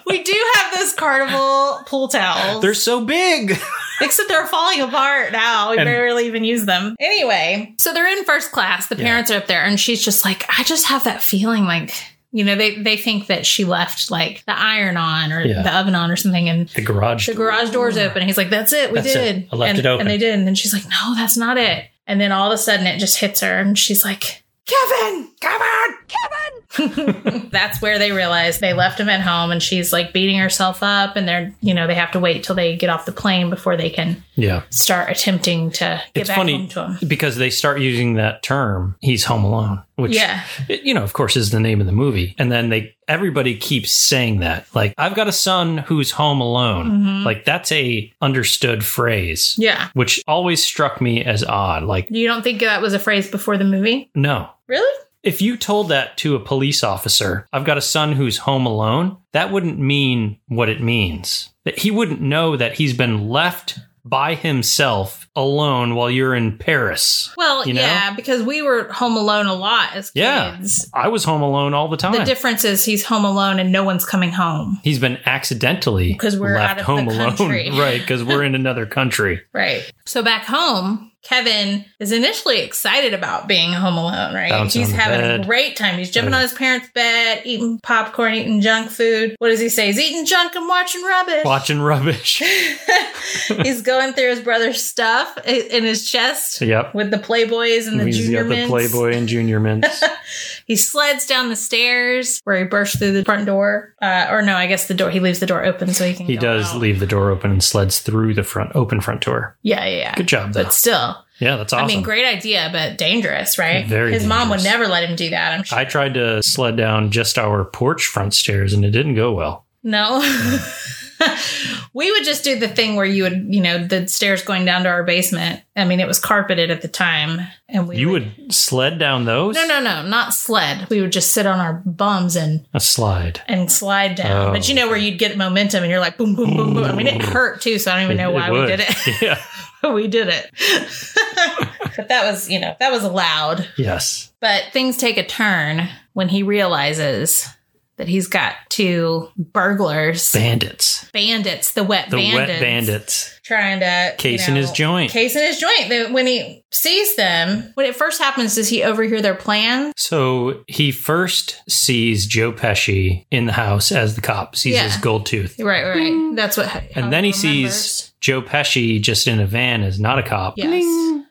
Speaker 1: we do have those carnival pool towels.
Speaker 2: They're so big.
Speaker 1: Except they're falling apart now. We
Speaker 2: And-
Speaker 1: barely even use them. Anyway, so they're in first class. The
Speaker 2: Yeah.
Speaker 1: parents are up there, and she's just like, I just have that feeling like, you know, they, they think that she left like the iron on or
Speaker 2: Yeah.
Speaker 1: the oven on or something, and
Speaker 2: The garage.
Speaker 1: the garage door's open. He's like, That's it. We
Speaker 2: That's
Speaker 1: did.
Speaker 2: it. I left
Speaker 1: and,
Speaker 2: it open.
Speaker 1: And they did. And then she's like, No, that's not it. And then all of a sudden it just hits her, and she's like, Kevin, Kevin, Kevin. That's where they realize they left him at home, and she's like beating herself up, and they're, you know, they have to wait till they get off the plane before they can
Speaker 2: Yeah.
Speaker 1: start attempting to get
Speaker 2: It's
Speaker 1: back
Speaker 2: funny
Speaker 1: home to him.
Speaker 2: because they start using that term. He's home alone, which
Speaker 1: Yeah.
Speaker 2: it- you know, of course, is the name of the movie. And then they everybody keeps saying that. Like, I've got a son who's home alone. Like that's a understood phrase,
Speaker 1: Mm-hmm. Yeah.
Speaker 2: which always struck me as odd. Like,
Speaker 1: You don't think that was a phrase before the movie?
Speaker 2: no.
Speaker 1: Really?
Speaker 2: If you told that to a police officer, I've got a son who's home alone, that wouldn't mean what it means. That he wouldn't know that he's been left by himself alone while you're in Paris.
Speaker 1: Well,
Speaker 2: You know?
Speaker 1: yeah, because we were home alone a lot as
Speaker 2: Yeah.
Speaker 1: kids.
Speaker 2: I was home alone all the time.
Speaker 1: The difference is he's home alone and no one's coming home.
Speaker 2: he's been accidentally
Speaker 1: 'Cause we're
Speaker 2: left
Speaker 1: out of
Speaker 2: home
Speaker 1: the
Speaker 2: alone,
Speaker 1: country.
Speaker 2: right? Because we're in another country.
Speaker 1: Right. So back home, Kevin is initially excited about being home alone, right?
Speaker 2: Bouncing
Speaker 1: he's
Speaker 2: on the
Speaker 1: having a
Speaker 2: bed.
Speaker 1: great time. He's jumping
Speaker 2: Yeah.
Speaker 1: on his parents' bed, eating popcorn, eating junk food. What does he say? He's eating junk and watching rubbish.
Speaker 2: Watching rubbish.
Speaker 1: he's going through his brother's stuff i- in his chest
Speaker 2: Yep.
Speaker 1: with the playboys and the
Speaker 2: He's
Speaker 1: junior
Speaker 2: got the
Speaker 1: mints.
Speaker 2: Playboy and Junior Mints.
Speaker 1: He sleds down the stairs where he bursts through the front door. Uh, or no, I guess the door. He leaves the door open so he can.
Speaker 2: he
Speaker 1: go
Speaker 2: does
Speaker 1: out.
Speaker 2: leave the door open and sleds through the front open front door.
Speaker 1: Yeah, yeah, yeah.
Speaker 2: Good job, though.
Speaker 1: But still,
Speaker 2: yeah, that's awesome.
Speaker 1: I mean, great idea, but dangerous, right?
Speaker 2: Very
Speaker 1: His mom would
Speaker 2: dangerous.
Speaker 1: never let him do that. I'm sure.
Speaker 2: I tried to sled down just our porch front stairs and it didn't go well.
Speaker 1: no. we would just do the thing where you would, you know, the stairs going down to our basement. I mean, it was carpeted at the time, and we
Speaker 2: You would sled down those?
Speaker 1: No, no, no, not sled. We would just sit on our bums and
Speaker 2: A slide.
Speaker 1: and slide down.
Speaker 2: Oh,
Speaker 1: but you know where you'd get momentum and you're like boom, boom, boom, boom. I mean, it hurt too, so I don't even know
Speaker 2: It-
Speaker 1: why
Speaker 2: it
Speaker 1: we
Speaker 2: would.
Speaker 1: did it.
Speaker 2: yeah.
Speaker 1: we did it. but that was, you know, that was allowed.
Speaker 2: Yes.
Speaker 1: But things take a turn when he realizes that he's got two burglars,
Speaker 2: Bandits.
Speaker 1: bandits, the wet
Speaker 2: The
Speaker 1: bandits,
Speaker 2: wet bandits.
Speaker 1: trying to
Speaker 2: Case
Speaker 1: you
Speaker 2: in
Speaker 1: know,
Speaker 2: his joint.
Speaker 1: Case in his joint. That when he sees them, when it first happens, does he overhear their plan?
Speaker 2: So he first sees Joe Pesci in the house as the cop, sees
Speaker 1: Yeah.
Speaker 2: his gold tooth.
Speaker 1: Right, right. right. That's what.
Speaker 2: And then he sees Joe Pesci just in a van as not a cop.
Speaker 1: Yes.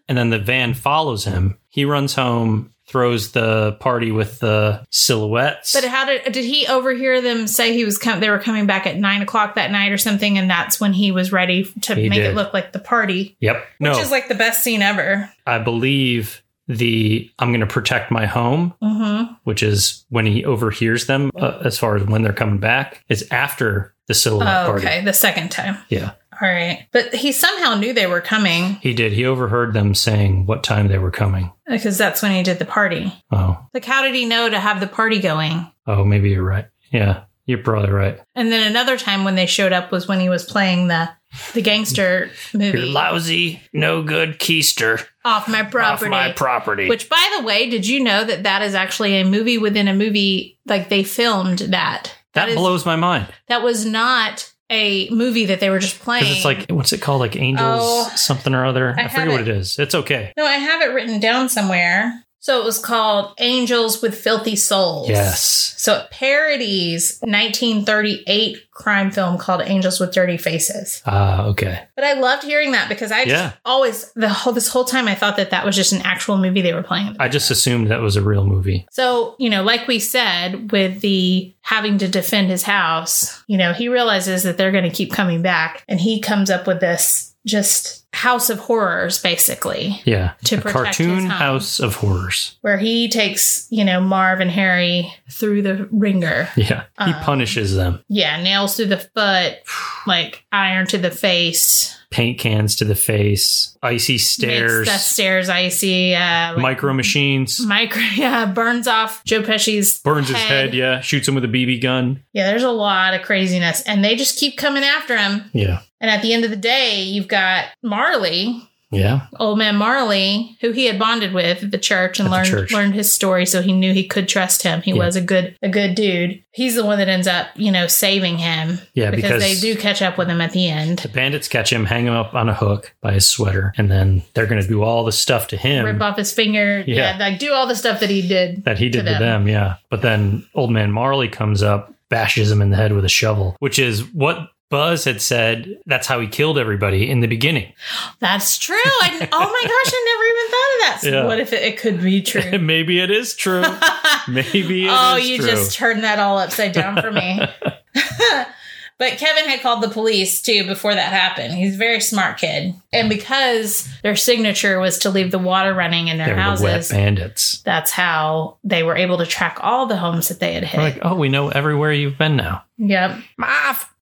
Speaker 2: And then the van follows him. He runs home, throws the party with the silhouettes.
Speaker 1: But how did did he overhear them say he was com- they were coming back at nine o'clock that night or something, and that's when he was ready to
Speaker 2: He
Speaker 1: make it
Speaker 2: did.
Speaker 1: look like the party,
Speaker 2: yep. no.
Speaker 1: which is like the best scene ever.
Speaker 2: I believe the I'm going to protect my home,
Speaker 1: Mm-hmm.
Speaker 2: which is when he overhears them uh, as far as when they're coming back, is after the silhouette
Speaker 1: Oh,
Speaker 2: party.
Speaker 1: okay, the second time.
Speaker 2: Yeah,
Speaker 1: All right, but he somehow knew they were coming
Speaker 2: he did. He overheard them saying what time they were coming.
Speaker 1: because that's when he did the party.
Speaker 2: Oh,
Speaker 1: Like, how did he know to have the party going?
Speaker 2: oh, maybe you're right. Yeah, you're probably right.
Speaker 1: And then another time when they showed up was when he was playing the the gangster movie
Speaker 2: lousy, no good keister
Speaker 1: off my property.
Speaker 2: property.
Speaker 1: Which, by the way, did you know that that is actually a movie within a movie? Like they filmed that.
Speaker 2: that
Speaker 1: is-
Speaker 2: blows my mind
Speaker 1: That was not a movie that they were just playing.
Speaker 2: because it's like what's it called? Like angels,
Speaker 1: Oh,
Speaker 2: something or other.
Speaker 1: I
Speaker 2: I, forget what
Speaker 1: have
Speaker 2: it is. It's okay.
Speaker 1: no, I have it written down somewhere. So it was called Angels with Filthy Souls.
Speaker 2: Yes.
Speaker 1: So it parodies 1938 crime film called Angels with Dirty Faces.
Speaker 2: Ah, okay.
Speaker 1: But I loved hearing that because I just
Speaker 2: Yeah.
Speaker 1: always the whole this whole time I thought that that was just an actual movie they were playing.
Speaker 2: I just assumed that was a real movie.
Speaker 1: So, you know, like we said, with the having to defend his house, you know, he realizes that they're going to keep coming back and he comes up with this just house of horrors, basically,
Speaker 2: Yeah.
Speaker 1: To
Speaker 2: a
Speaker 1: protect
Speaker 2: cartoon
Speaker 1: his home.
Speaker 2: house of horrors.
Speaker 1: where he takes, you know, Marv and Harry through the ringer.
Speaker 2: Yeah. He
Speaker 1: Um,
Speaker 2: punishes them.
Speaker 1: Yeah, nails through the foot, like iron to the face.
Speaker 2: paint cans to the face, icy stairs,
Speaker 1: Makes the stairs icy. Uh, like
Speaker 2: micro machines,
Speaker 1: micro. Yeah, burns off Joe Pesci's
Speaker 2: burns his head, yeah, shoots him with a BB gun.
Speaker 1: Yeah, there's a lot of craziness, and they just keep coming after him.
Speaker 2: Yeah.
Speaker 1: And at the end of the day, you've got Marley,
Speaker 2: Yeah.
Speaker 1: old man Marley, who he had bonded with at the church and
Speaker 2: At the
Speaker 1: learned
Speaker 2: church.
Speaker 1: learned his story, so he knew he could trust him. He
Speaker 2: Yeah.
Speaker 1: was a good a good dude. He's the one that ends up, you know, saving him.
Speaker 2: Yeah, because-
Speaker 1: they do catch up with him at the end.
Speaker 2: The bandits catch him, hang him up on a hook by his sweater, and then they're going to do all the stuff to him
Speaker 1: Rip off his finger,
Speaker 2: Yeah.
Speaker 1: yeah. like do all the stuff that he did.
Speaker 2: that he did to
Speaker 1: to
Speaker 2: them.
Speaker 1: them.
Speaker 2: Yeah. But then old man Marley comes up, bashes him in the head with a shovel, which is what Buzz had said. That's how he killed everybody in the beginning.
Speaker 1: That's true. And oh my gosh, I never even thought of that. So
Speaker 2: Yeah.
Speaker 1: what if it, it could be true?
Speaker 2: Maybe it is true. Maybe it is
Speaker 1: oh, you
Speaker 2: true.
Speaker 1: just turned that all upside down for me. but Kevin had called the police too before that happened. He's a very smart kid. And because their signature was to leave the water running in their
Speaker 2: They're the wet
Speaker 1: houses,
Speaker 2: bandits.
Speaker 1: that's how they were able to track all the homes that they had hit.
Speaker 2: We're like, oh, we know everywhere you've been now.
Speaker 1: Yep.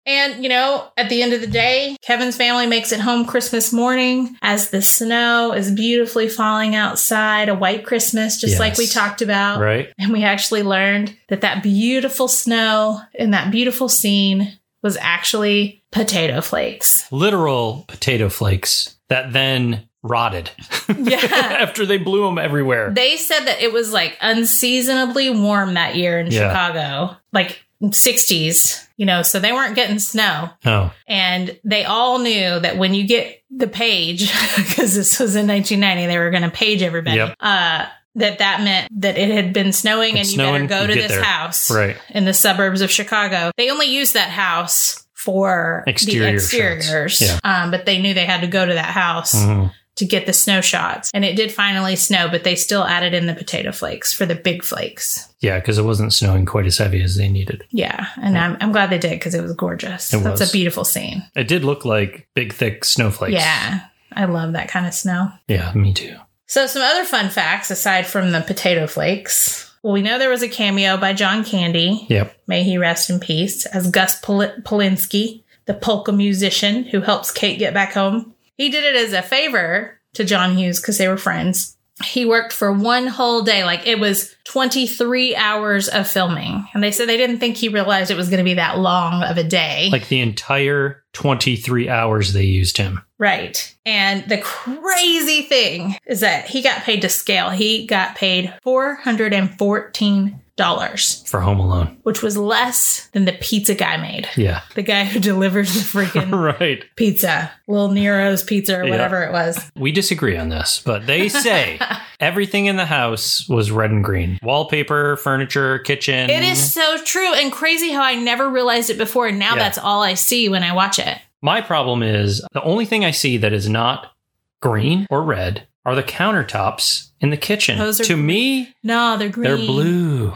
Speaker 1: And, you know, at the end of the day, Kevin's family makes it home Christmas morning as the snow is beautifully falling outside, a white Christmas, just like we
Speaker 2: Yes.
Speaker 1: talked about.
Speaker 2: Right?
Speaker 1: And we actually learned that that beautiful snow in that beautiful scene was actually potato flakes.
Speaker 2: Literal potato flakes that then rotted
Speaker 1: Yeah.
Speaker 2: after they blew them everywhere.
Speaker 1: they said that it was like unseasonably warm that year in
Speaker 2: Yeah.
Speaker 1: Chicago, like 60s, you know, so they weren't getting snow.
Speaker 2: oh,
Speaker 1: And they all knew that when you get the page, because this was in 1990, they were going to page everybody.
Speaker 2: Yep.
Speaker 1: Uh, that that meant that it had been snowing and
Speaker 2: It's
Speaker 1: you
Speaker 2: snowing,
Speaker 1: better go
Speaker 2: you
Speaker 1: to
Speaker 2: get
Speaker 1: this
Speaker 2: there.
Speaker 1: house
Speaker 2: right.
Speaker 1: in the suburbs of Chicago. They only used that house for
Speaker 2: Exterior
Speaker 1: the
Speaker 2: shots.
Speaker 1: exteriors,
Speaker 2: Yeah.
Speaker 1: um, but they knew they had to go to that house
Speaker 2: Mhm.
Speaker 1: to get the snow shots. And it did finally snow, but they still added in the potato flakes for the big flakes.
Speaker 2: Yeah, because it wasn't snowing quite as heavy as they needed.
Speaker 1: Yeah, and I'm, I'm glad they did because it was gorgeous.
Speaker 2: It
Speaker 1: That's
Speaker 2: was.
Speaker 1: a beautiful scene.
Speaker 2: It did look like big, thick snowflakes.
Speaker 1: Yeah, I love that kind of snow.
Speaker 2: Yeah, me too.
Speaker 1: So, some other fun facts aside from the potato flakes. Well, we know there was a cameo by John Candy.
Speaker 2: Yep.
Speaker 1: May he rest in peace, as Gus Pol- Polinsky, the polka musician who helps Kate get back home. He did it as a favor to John Hughes because they were friends. He worked for one whole day, like it was 23 hours of filming. And they said they didn't think he realized it was going to be that long of a day.
Speaker 2: Like the entire 23 hours they used him.
Speaker 1: Right. And the crazy thing is that he got paid to scale. He got paid $414,
Speaker 2: for Home Alone.
Speaker 1: which was less than the pizza guy made.
Speaker 2: Yeah.
Speaker 1: The guy who delivers the freaking
Speaker 2: Right.
Speaker 1: pizza, Little Nero's pizza or
Speaker 2: Yeah.
Speaker 1: whatever it was.
Speaker 2: We disagree on this, but they say everything in the house was red and green wallpaper, furniture, kitchen.
Speaker 1: It is so true and crazy how I never realized it before. And now
Speaker 2: Yeah.
Speaker 1: that's all I see when I watch it.
Speaker 2: My problem is the only thing I see that is not green or red are the countertops in the kitchen.
Speaker 1: Those are
Speaker 2: to me,
Speaker 1: No, they're green.
Speaker 2: they're blue.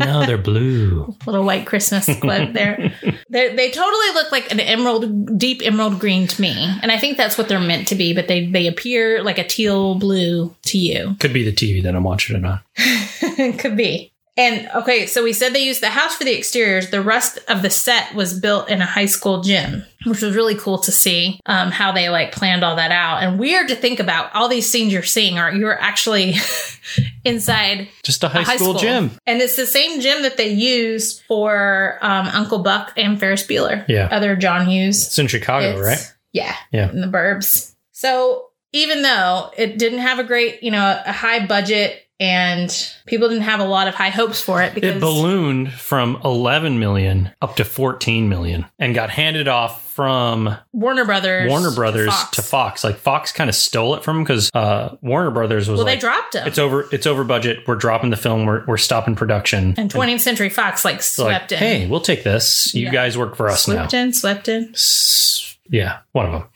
Speaker 2: no, they're blue.
Speaker 1: Little white Christmas clip there. they they totally look like an emerald, deep emerald green to me, and I think that's what they're meant to be. But they they appear like a teal blue to you.
Speaker 2: Could be the TV that I'm watching it on.
Speaker 1: Could be. And okay, so we said they used the house for the exteriors. The rest of the set was built in a high school gym, which was really cool to see um, how they like planned all that out. And weird to think about all these scenes you're seeing are you're actually inside
Speaker 2: Just a high,
Speaker 1: a
Speaker 2: school, gym.
Speaker 1: And it's the same gym that they used for um, Uncle Buck and Ferris Bueller.
Speaker 2: Yeah.
Speaker 1: Other John Hughes.
Speaker 2: It's in Chicago,
Speaker 1: It's-
Speaker 2: Oh, right?
Speaker 1: Yeah.
Speaker 2: Yeah.
Speaker 1: In the burbs. So even though it didn't have a great, you know, a high budget and people didn't have a lot of high hopes for it because
Speaker 2: It ballooned from 11 million up to 14 million and got handed off from
Speaker 1: Warner Brothers.
Speaker 2: Warner
Speaker 1: to
Speaker 2: Brothers
Speaker 1: Fox.
Speaker 2: to Fox. Like Fox kind of stole it from because uh, Warner Brothers was
Speaker 1: Well,
Speaker 2: like,
Speaker 1: they dropped them.
Speaker 2: "It's over, it's over budget. We're dropping the film. We're, we're stopping production."
Speaker 1: and 20th Century Fox like
Speaker 2: It's like,
Speaker 1: swept in.
Speaker 2: hey, we'll take this. You
Speaker 1: Yeah.
Speaker 2: guys work for us
Speaker 1: Swooped
Speaker 2: now.
Speaker 1: in, swept in.
Speaker 2: S- Yeah, one of them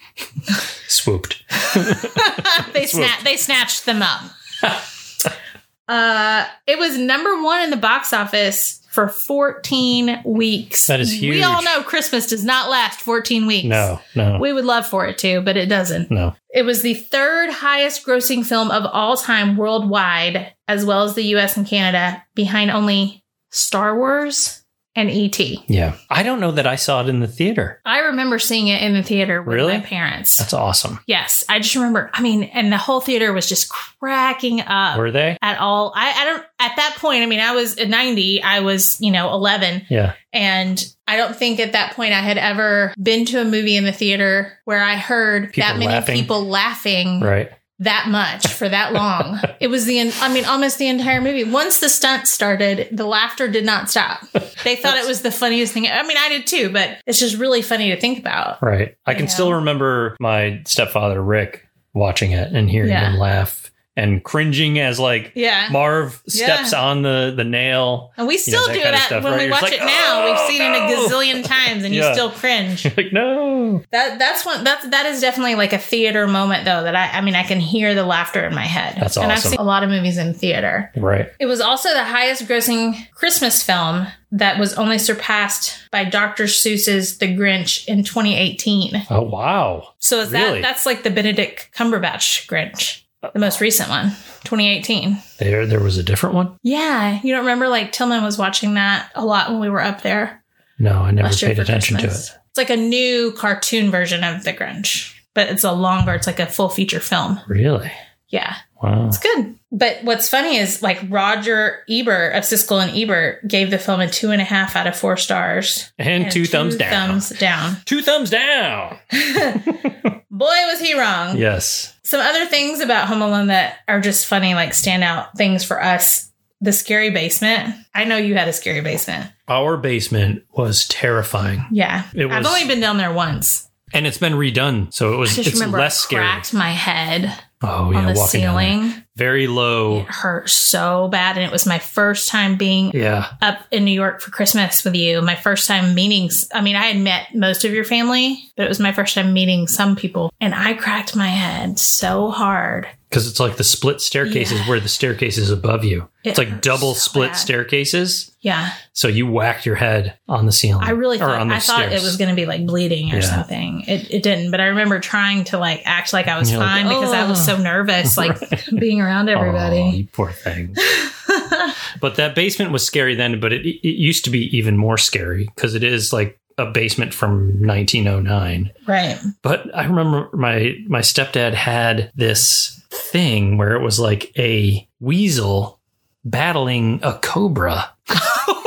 Speaker 2: swooped.
Speaker 1: they sna- they snatched them up. uh, it was number one in the box office for 14 weeks.
Speaker 2: That is huge.
Speaker 1: We all know Christmas does not last 14 weeks.
Speaker 2: No, no,
Speaker 1: We would love for it to, but it doesn't.
Speaker 2: no.
Speaker 1: It was the third highest grossing film of all time worldwide, as well as the US and Canada, behind only Star Wars and E.T.
Speaker 2: Yeah. I don't know that I saw it in the theater.
Speaker 1: I remember seeing it in the theater with
Speaker 2: Really?
Speaker 1: my parents.
Speaker 2: That's awesome.
Speaker 1: yes, I just remember. I mean, and the whole theater was just cracking up
Speaker 2: Were they?
Speaker 1: at all. I, I don't, at that point, I mean, I was at 90, I was, you know, 11.
Speaker 2: Yeah.
Speaker 1: And I don't think at that point I had ever been to a movie in the theater where I heard
Speaker 2: People
Speaker 1: that many
Speaker 2: laughing.
Speaker 1: people laughing
Speaker 2: Right.
Speaker 1: that much for that long. it was the, en- I mean, almost the entire movie. Once the stunt started, the laughter did not stop. They thought it was the funniest thing. I mean, I did too, but it's just really funny to think about.
Speaker 2: Right. I can
Speaker 1: Yeah.
Speaker 2: still remember my stepfather Rick watching it and hearing
Speaker 1: Yeah.
Speaker 2: him laugh and cringing as like
Speaker 1: Yeah.
Speaker 2: Marv steps on the the nail.
Speaker 1: and we
Speaker 2: know,
Speaker 1: still
Speaker 2: that
Speaker 1: do
Speaker 2: kind of
Speaker 1: that
Speaker 2: stuff,
Speaker 1: when
Speaker 2: right?
Speaker 1: we
Speaker 2: You're
Speaker 1: watch
Speaker 2: just
Speaker 1: it
Speaker 2: like,
Speaker 1: now.
Speaker 2: "Oh,
Speaker 1: We've seen it a
Speaker 2: no."
Speaker 1: gazillion times and
Speaker 2: Yeah.
Speaker 1: you still cringe.
Speaker 2: like no.
Speaker 1: That that's one that's that is definitely like a theater moment though that I I mean I can hear the laughter in my head.
Speaker 2: That's
Speaker 1: And I've
Speaker 2: awesome.
Speaker 1: seen a lot of movies in theater.
Speaker 2: Right.
Speaker 1: It was also the highest grossing Christmas film that was only surpassed by Dr. Seuss's The Grinch in 2018.
Speaker 2: Oh wow.
Speaker 1: So is that
Speaker 2: Really?
Speaker 1: that's like the Benedict Cumberbatch Grinch, the most recent one, 2018.
Speaker 2: There there was a different one?
Speaker 1: Yeah, you don't remember like Tillman was watching that a lot when we were up there.
Speaker 2: No, I never
Speaker 1: last year
Speaker 2: paid
Speaker 1: for
Speaker 2: attention
Speaker 1: Christmas.
Speaker 2: to
Speaker 1: It's like a new cartoon version of The Grinch, but it's a longer, it's like a full feature film.
Speaker 2: it. Really?
Speaker 1: Yeah,
Speaker 2: Wow.
Speaker 1: it's good. But what's funny is like Roger Ebert of Siskel and Ebert gave the film a two and a half out of four stars
Speaker 2: And, two, thumbs down.
Speaker 1: Thumbs down.
Speaker 2: Two thumbs down.
Speaker 1: Boy, was he wrong.
Speaker 2: Yes.
Speaker 1: Some other things about Home Alone that are just funny, like standout things for us. The scary basement. I know you had a scary basement.
Speaker 2: Our basement was terrifying.
Speaker 1: Yeah,
Speaker 2: It
Speaker 1: I've
Speaker 2: was-
Speaker 1: only been down there once.
Speaker 2: And it's been redone, so it
Speaker 1: I
Speaker 2: was
Speaker 1: just
Speaker 2: it's
Speaker 1: remember
Speaker 2: less
Speaker 1: I
Speaker 2: scary.
Speaker 1: cracked my head
Speaker 2: Oh yeah,
Speaker 1: on the
Speaker 2: walking down there.
Speaker 1: ceiling.
Speaker 2: Very low.
Speaker 1: It hurt so bad. And it was my first time being
Speaker 2: yeah.
Speaker 1: up in New York for Christmas with you. My first time meeting, I mean, I had met most of your family, but it was my first time meeting some people. And I cracked my head so hard.
Speaker 2: because it's like the split staircases where the staircase is above you.
Speaker 1: It
Speaker 2: it's like
Speaker 1: hurts
Speaker 2: double
Speaker 1: so
Speaker 2: split
Speaker 1: bad.
Speaker 2: staircases.
Speaker 1: Yeah.
Speaker 2: So you whack your head on the ceiling.
Speaker 1: I really
Speaker 2: or
Speaker 1: thought, I
Speaker 2: those
Speaker 1: thought it
Speaker 2: stairs.
Speaker 1: was going to be like bleeding or
Speaker 2: Yeah.
Speaker 1: something. It, it didn't, but I remember trying to like act like I was
Speaker 2: You're
Speaker 1: fine
Speaker 2: like,
Speaker 1: because I was so nervous, like being around
Speaker 2: Oh,
Speaker 1: everybody.
Speaker 2: you poor thing. but that basement was scary then, but it, it used to be even more scary because it is like a basement from 1909.
Speaker 1: Right.
Speaker 2: But I remember my my stepdad had this thing where it was like a weasel battling a cobra.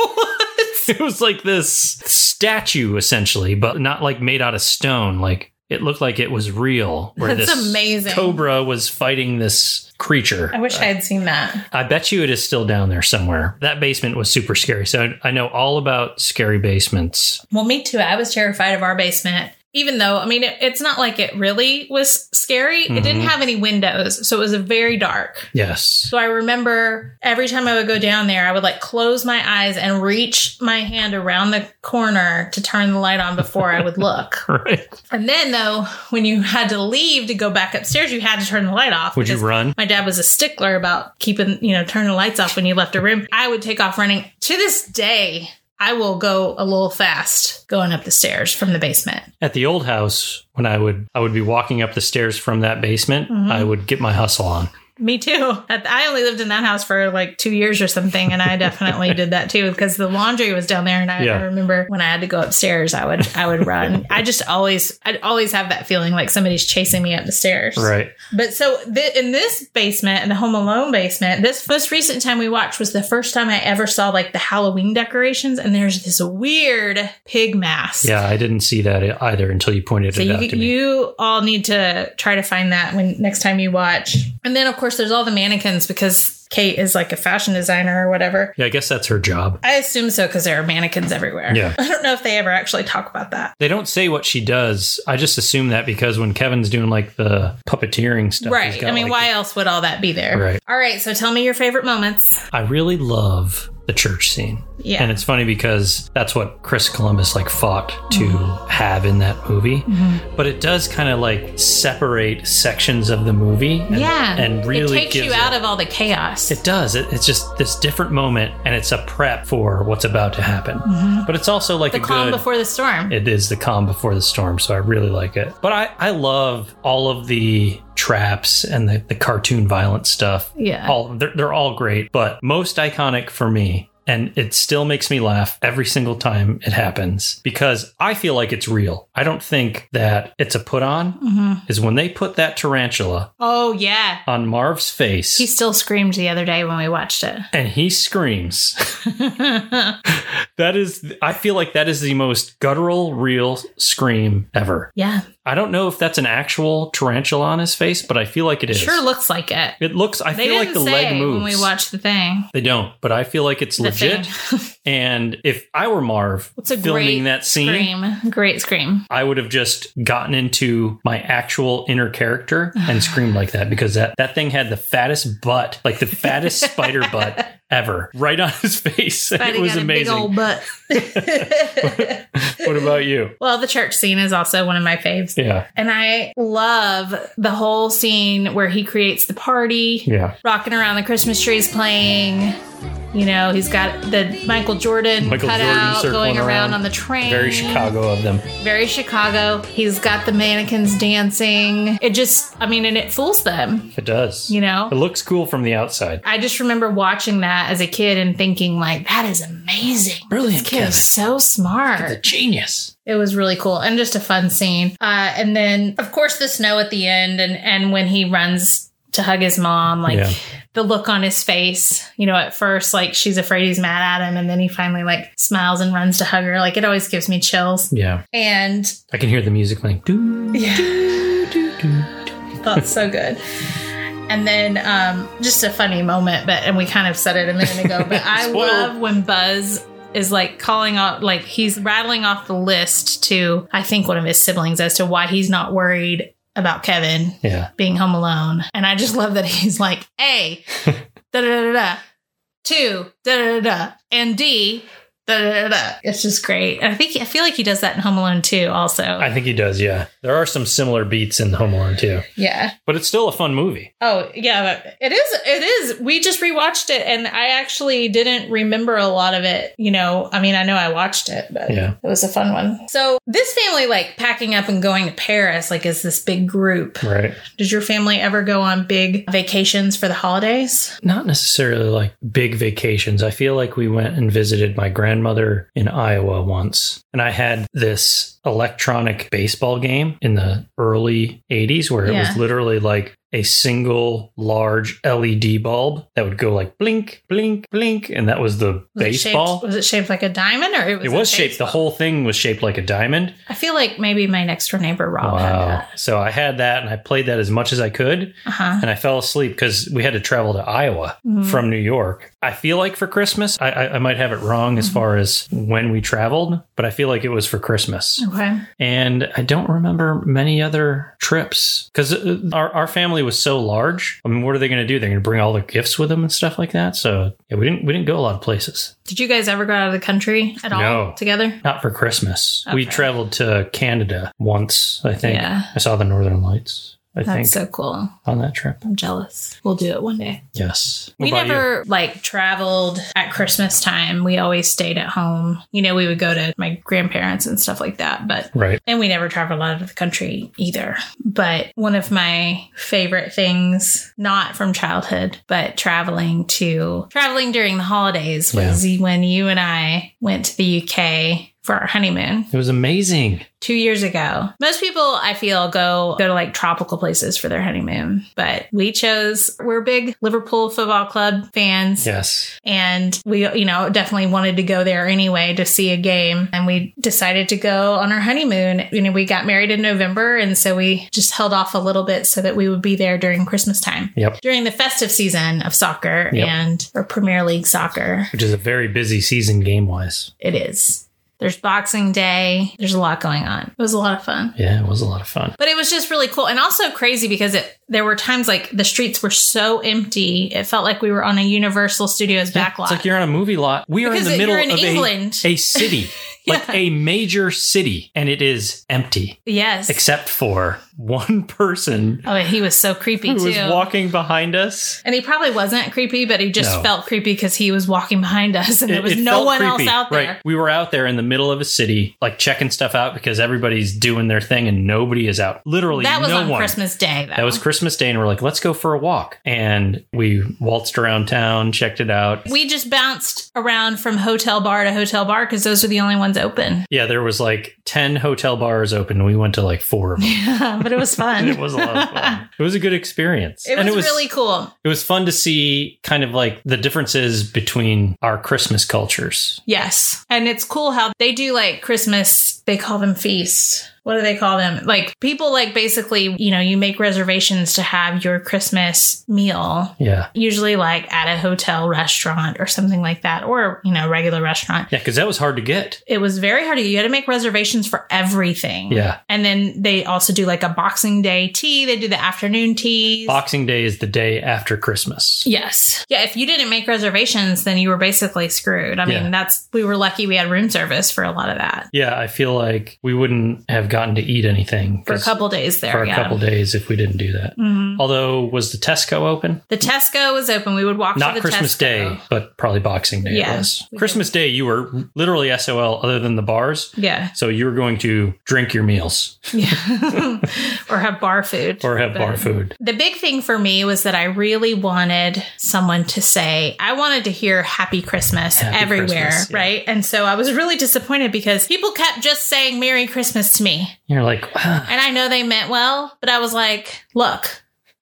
Speaker 2: It was like this statue essentially, but not like made out of stone. Like it looked like it was real. Where
Speaker 1: That's
Speaker 2: this
Speaker 1: amazing.
Speaker 2: cobra was fighting this creature.
Speaker 1: I wish I had seen that.
Speaker 2: I bet you it is still down there somewhere. That basement was super scary. So I I know all about scary basements.
Speaker 1: Well, me too. I was terrified of our basement. Even though, I mean, it, it's not like it really was scary. It didn't
Speaker 2: Mm-hmm.
Speaker 1: have any windows, so it was very dark.
Speaker 2: Yes.
Speaker 1: So I remember every time I would go down there, I would like close my eyes and reach my hand around the corner to turn the light on before I would look.
Speaker 2: Right.
Speaker 1: And then, though, when you had to leave to go back upstairs, you had to turn the light off.
Speaker 2: Would you
Speaker 1: because
Speaker 2: run?
Speaker 1: My dad was a stickler about keeping, you know, turning the lights off when you left a room. I would take off running. To this day, I will go a little fast going up the stairs from the basement.
Speaker 2: at the old house when I would I would be walking up the stairs from that basement,
Speaker 1: Mm-hmm.
Speaker 2: I would get my hustle on.
Speaker 1: Me too. At- I only lived in that house for like two years or something, and I definitely did that too because the laundry was down there, and I, I
Speaker 2: Yeah.
Speaker 1: remember when I had to go upstairs, I would I would run. I just always I'd always have that feeling like somebody's chasing me up the stairs.
Speaker 2: Right.
Speaker 1: But so th- in this basement, in the Home Alone basement, this most recent time we watched was the first time I ever saw like the Halloween decorations, and there's this weird pig mask.
Speaker 2: Yeah, I didn't see that e-, either until you pointed
Speaker 1: So
Speaker 2: it
Speaker 1: you
Speaker 2: out to me.
Speaker 1: you all need to try to find that when next time you watch. And then of course there's all the mannequins because Kate is like a fashion designer or whatever.
Speaker 2: yeah, I guess that's her job.
Speaker 1: I assume so because there are mannequins everywhere.
Speaker 2: Yeah.
Speaker 1: I don't know if they ever actually talk about that.
Speaker 2: They don't say what she does. I just assume that because when Kevin's doing like the puppeteering stuff, he's
Speaker 1: right.
Speaker 2: got,
Speaker 1: I mean,
Speaker 2: like-
Speaker 1: why else would all that be there?
Speaker 2: Right.
Speaker 1: All right. So tell me your favorite moments.
Speaker 2: I really love the church scene.
Speaker 1: Yeah.
Speaker 2: And it's funny because that's what Chris Columbus like fought to
Speaker 1: Mm-hmm.
Speaker 2: have in that movie. But it does kind of like separate sections of the movie and,
Speaker 1: yeah.
Speaker 2: and really
Speaker 1: it takes
Speaker 2: gives
Speaker 1: you
Speaker 2: it-
Speaker 1: out of all the chaos.
Speaker 2: It does. It, it's just this different moment, and it's a prep for what's about to happen. But it's also like
Speaker 1: Mm-hmm. the
Speaker 2: a
Speaker 1: calm
Speaker 2: good.
Speaker 1: before the storm.
Speaker 2: it is the calm before the storm, so I really like it. But I, I love all of the traps and the, the cartoon violent stuff.
Speaker 1: Yeah.
Speaker 2: All they're, they're all great, but most iconic for me And it still makes me laugh every single time it happens because I feel like it's real. I don't think that it's a put on,
Speaker 1: Mm-hmm.
Speaker 2: is when they put that tarantula
Speaker 1: Oh, yeah.
Speaker 2: on Marv's face
Speaker 1: He still screamed the other day when we watched it.
Speaker 2: and he screams. that is, I feel like that is the most guttural, real scream ever.
Speaker 1: Yeah.
Speaker 2: I don't know if that's an actual tarantula on his face, but I feel like it is.
Speaker 1: Sure looks like it.
Speaker 2: It looks, I
Speaker 1: They
Speaker 2: feel
Speaker 1: didn't
Speaker 2: like the
Speaker 1: say
Speaker 2: leg moves.
Speaker 1: when we watched the thing.
Speaker 2: They don't, but I feel like it's
Speaker 1: The
Speaker 2: legit. and if I were Marv
Speaker 1: It's a
Speaker 2: filming
Speaker 1: great
Speaker 2: that scene,
Speaker 1: scream. Great scream.
Speaker 2: I would have just gotten into my actual inner character and screamed like that because that, that thing had the fattest butt, like the fattest spider butt ever, right on his face. And it
Speaker 1: Spidey
Speaker 2: was
Speaker 1: got a big
Speaker 2: amazing.
Speaker 1: old butt.
Speaker 2: what about you?
Speaker 1: Well, the church scene is also one of my faves.
Speaker 2: Yeah.
Speaker 1: And I love the whole scene where he creates the party.
Speaker 2: Yeah.
Speaker 1: Rocking around the Christmas trees playing. You know, he's got the Michael Jordan
Speaker 2: Michael
Speaker 1: cutout
Speaker 2: Jordan circling
Speaker 1: going around,
Speaker 2: around.
Speaker 1: on the train.
Speaker 2: Very Chicago of them.
Speaker 1: Very Chicago. He's got the mannequins dancing. It just, I mean, and it fools them,
Speaker 2: It does.
Speaker 1: you know?
Speaker 2: It looks cool from the outside.
Speaker 1: I just remember watching that as a kid and thinking, like, that is amazing.
Speaker 2: Brilliant,
Speaker 1: This kid is so smart.
Speaker 2: genius.
Speaker 1: It was really cool and just a fun scene. Uh, and then, of course, the snow at the end, and and when he runs to hug his mom, like
Speaker 2: Yeah.
Speaker 1: the look on his face. You know, at first, like she's afraid he's mad at him, and then he finally like smiles and runs to hug her. Like it always gives me chills.
Speaker 2: Yeah.
Speaker 1: And
Speaker 2: I can hear the music playing. Doo, doo, doo, doo.
Speaker 1: That's so good. And then um, just a funny moment, but and we kind of said it a minute ago, but I
Speaker 2: Spoiler.
Speaker 1: love when Buzz is like calling out, like he's rattling off the list to I think one of his siblings as to why he's not worried about Kevin
Speaker 2: Yeah.
Speaker 1: being home alone. And I just love that he's like A, da da da da, two, da da da da, and D. Da, da, da, da. It's just great. And I think I feel like he does that in Home Alone too. Also,
Speaker 2: I think he does. Yeah. There are some similar beats in Home Alone too,
Speaker 1: yeah.
Speaker 2: but it's still a fun movie.
Speaker 1: Oh yeah, but it is. It is. We just rewatched it, and I actually didn't remember a lot of it. You know, I mean, I know I watched it, but
Speaker 2: Yeah.
Speaker 1: it was a fun one. So this family, like packing up and going to Paris, like is this big group.
Speaker 2: Right.
Speaker 1: Does your family ever go on big vacations for the holidays?
Speaker 2: Not necessarily like big vacations. I feel like we went and visited my grandmother in Iowa once, and I had this electronic baseball game in the early 80s where it
Speaker 1: Yeah.
Speaker 2: was literally like a single large LED bulb that would go like blink, blink, blink, and that was the
Speaker 1: Was it
Speaker 2: baseball.
Speaker 1: shaped, was it shaped like a diamond, or it was
Speaker 2: it was shaped, the whole thing was shaped like a diamond.
Speaker 1: I feel like maybe my next door neighbor Rob had that.
Speaker 2: So I had that and I played that as much as I could.
Speaker 1: Uh huh.
Speaker 2: and I fell asleep because we had to travel to Iowa
Speaker 1: Mm-hmm.
Speaker 2: from New York. I feel like for Christmas, I, I, I might have it wrong
Speaker 1: Mm-hmm.
Speaker 2: as far as when we traveled, but I feel like it was for Christmas.
Speaker 1: Okay.
Speaker 2: And I don't remember many other trips because our, our family was so large. I mean, what are they going to do? They're going to bring all their gifts with them and stuff like that. So yeah, we didn't we didn't go a lot of places.
Speaker 1: Did you guys ever go out of the country at
Speaker 2: No.
Speaker 1: all together?
Speaker 2: Not for Christmas. We
Speaker 1: Okay.
Speaker 2: traveled to Canada once. I think
Speaker 1: Yeah.
Speaker 2: I saw the Northern Lights. I think
Speaker 1: That's so cool.
Speaker 2: on that trip.
Speaker 1: I'm jealous. We'll do it one day.
Speaker 2: Yes. What
Speaker 1: We
Speaker 2: about you?
Speaker 1: never like traveled at Christmas time. We always stayed at home. You know, we would go to my grandparents and stuff like that, but
Speaker 2: Right.
Speaker 1: and we never traveled out of the country either. But one of my favorite things, not from childhood, but traveling to traveling during the holidays was when you and I went to the UK for our honeymoon
Speaker 2: It was amazing.
Speaker 1: two years ago. Most people I feel go go to like tropical places for their honeymoon, but we chose we're big Liverpool football club fans.
Speaker 2: Yes.
Speaker 1: And we, you know, definitely wanted to go there anyway to see a game. And we decided to go on our honeymoon. You know, we got married in November. And so we just held off a little bit so that we would be there during Christmas time,
Speaker 2: Yep.
Speaker 1: during the festive season of soccer
Speaker 2: Yep.
Speaker 1: and or Premier League soccer.
Speaker 2: Which is a very busy season game wise.
Speaker 1: It is. There's Boxing Day. There's a lot going on. It was a lot of fun.
Speaker 2: Yeah, it was a lot of fun.
Speaker 1: But it was just really cool and also crazy because it there were times like the streets were so empty. It felt like we were on a Universal Studios backlot.
Speaker 2: It's like you're on a movie lot. We are
Speaker 1: Because
Speaker 2: in the middle
Speaker 1: you're in
Speaker 2: of a-
Speaker 1: England.
Speaker 2: A, city, like a major city, and it is empty
Speaker 1: yes.
Speaker 2: except for one person
Speaker 1: oh, and he was so creepy
Speaker 2: who
Speaker 1: too.
Speaker 2: was walking behind us.
Speaker 1: and he probably wasn't creepy, but he just
Speaker 2: No.
Speaker 1: felt creepy because he was walking behind us and there was
Speaker 2: it
Speaker 1: no
Speaker 2: felt
Speaker 1: one
Speaker 2: creepy,
Speaker 1: else out there.
Speaker 2: Right. We were out there in the middle of a city, like checking stuff out because everybody's doing their thing and nobody is out. Literally,
Speaker 1: That was
Speaker 2: no
Speaker 1: on
Speaker 2: one.
Speaker 1: Christmas Day. Though.
Speaker 2: That was Christmas Day and we're like, let's go for a walk. And we waltzed around town, checked it out.
Speaker 1: We just bounced around from hotel bar to hotel bar because those are the only ones open.
Speaker 2: Yeah, there was like 10 hotel bars open. We went to like four of them.
Speaker 1: Yeah, but it was fun.
Speaker 2: And it was a lot of fun. It was a good experience.
Speaker 1: It
Speaker 2: and
Speaker 1: was, really cool.
Speaker 2: it was fun to see kind of like the differences between our Christmas cultures.
Speaker 1: Yes. And it's cool how they do like Christmas, they call them feasts. What do they call them? Like people like basically, you know, you make reservations to have your Christmas meal,
Speaker 2: Yeah.
Speaker 1: usually like at a hotel restaurant or something like that, or, you know, a regular restaurant.
Speaker 2: Yeah, because that was hard to get.
Speaker 1: It was very hard to get. You had to make reservations for everything.
Speaker 2: Yeah.
Speaker 1: And then they also do like a Boxing Day tea. They do the afternoon teas.
Speaker 2: Boxing Day is the day after Christmas.
Speaker 1: Yes. Yeah. If you didn't make reservations, then you were basically screwed. I
Speaker 2: Yeah.
Speaker 1: mean, that's, we were lucky we had room service for a lot of that
Speaker 2: Yeah, I feel like we wouldn't have gotten to eat anything
Speaker 1: for a
Speaker 2: 'cause-
Speaker 1: couple days there.
Speaker 2: for a
Speaker 1: yeah. Mm-hmm.
Speaker 2: couple days if we didn't do that. Although, was the Tesco open?
Speaker 1: The Tesco was open. We would walk
Speaker 2: Not
Speaker 1: to the
Speaker 2: Christmas
Speaker 1: Tesco.
Speaker 2: Day, but probably Boxing Day.
Speaker 1: Yeah,
Speaker 2: Yes.
Speaker 1: we
Speaker 2: Christmas Day, you were literally SOL other than the bars.
Speaker 1: Yeah.
Speaker 2: So you were going to drink your meals
Speaker 1: Yeah. or have bar food.
Speaker 2: or have
Speaker 1: But-
Speaker 2: bar food.
Speaker 1: The big thing for me was that I really wanted someone to say, I wanted to hear Happy Christmas
Speaker 2: Happy
Speaker 1: everywhere,
Speaker 2: Christmas, yeah.
Speaker 1: right? And so I was really disappointed because people kept just saying Merry Christmas to me.
Speaker 2: You're like, "Ah,
Speaker 1: And I know they meant well, but I was like, look,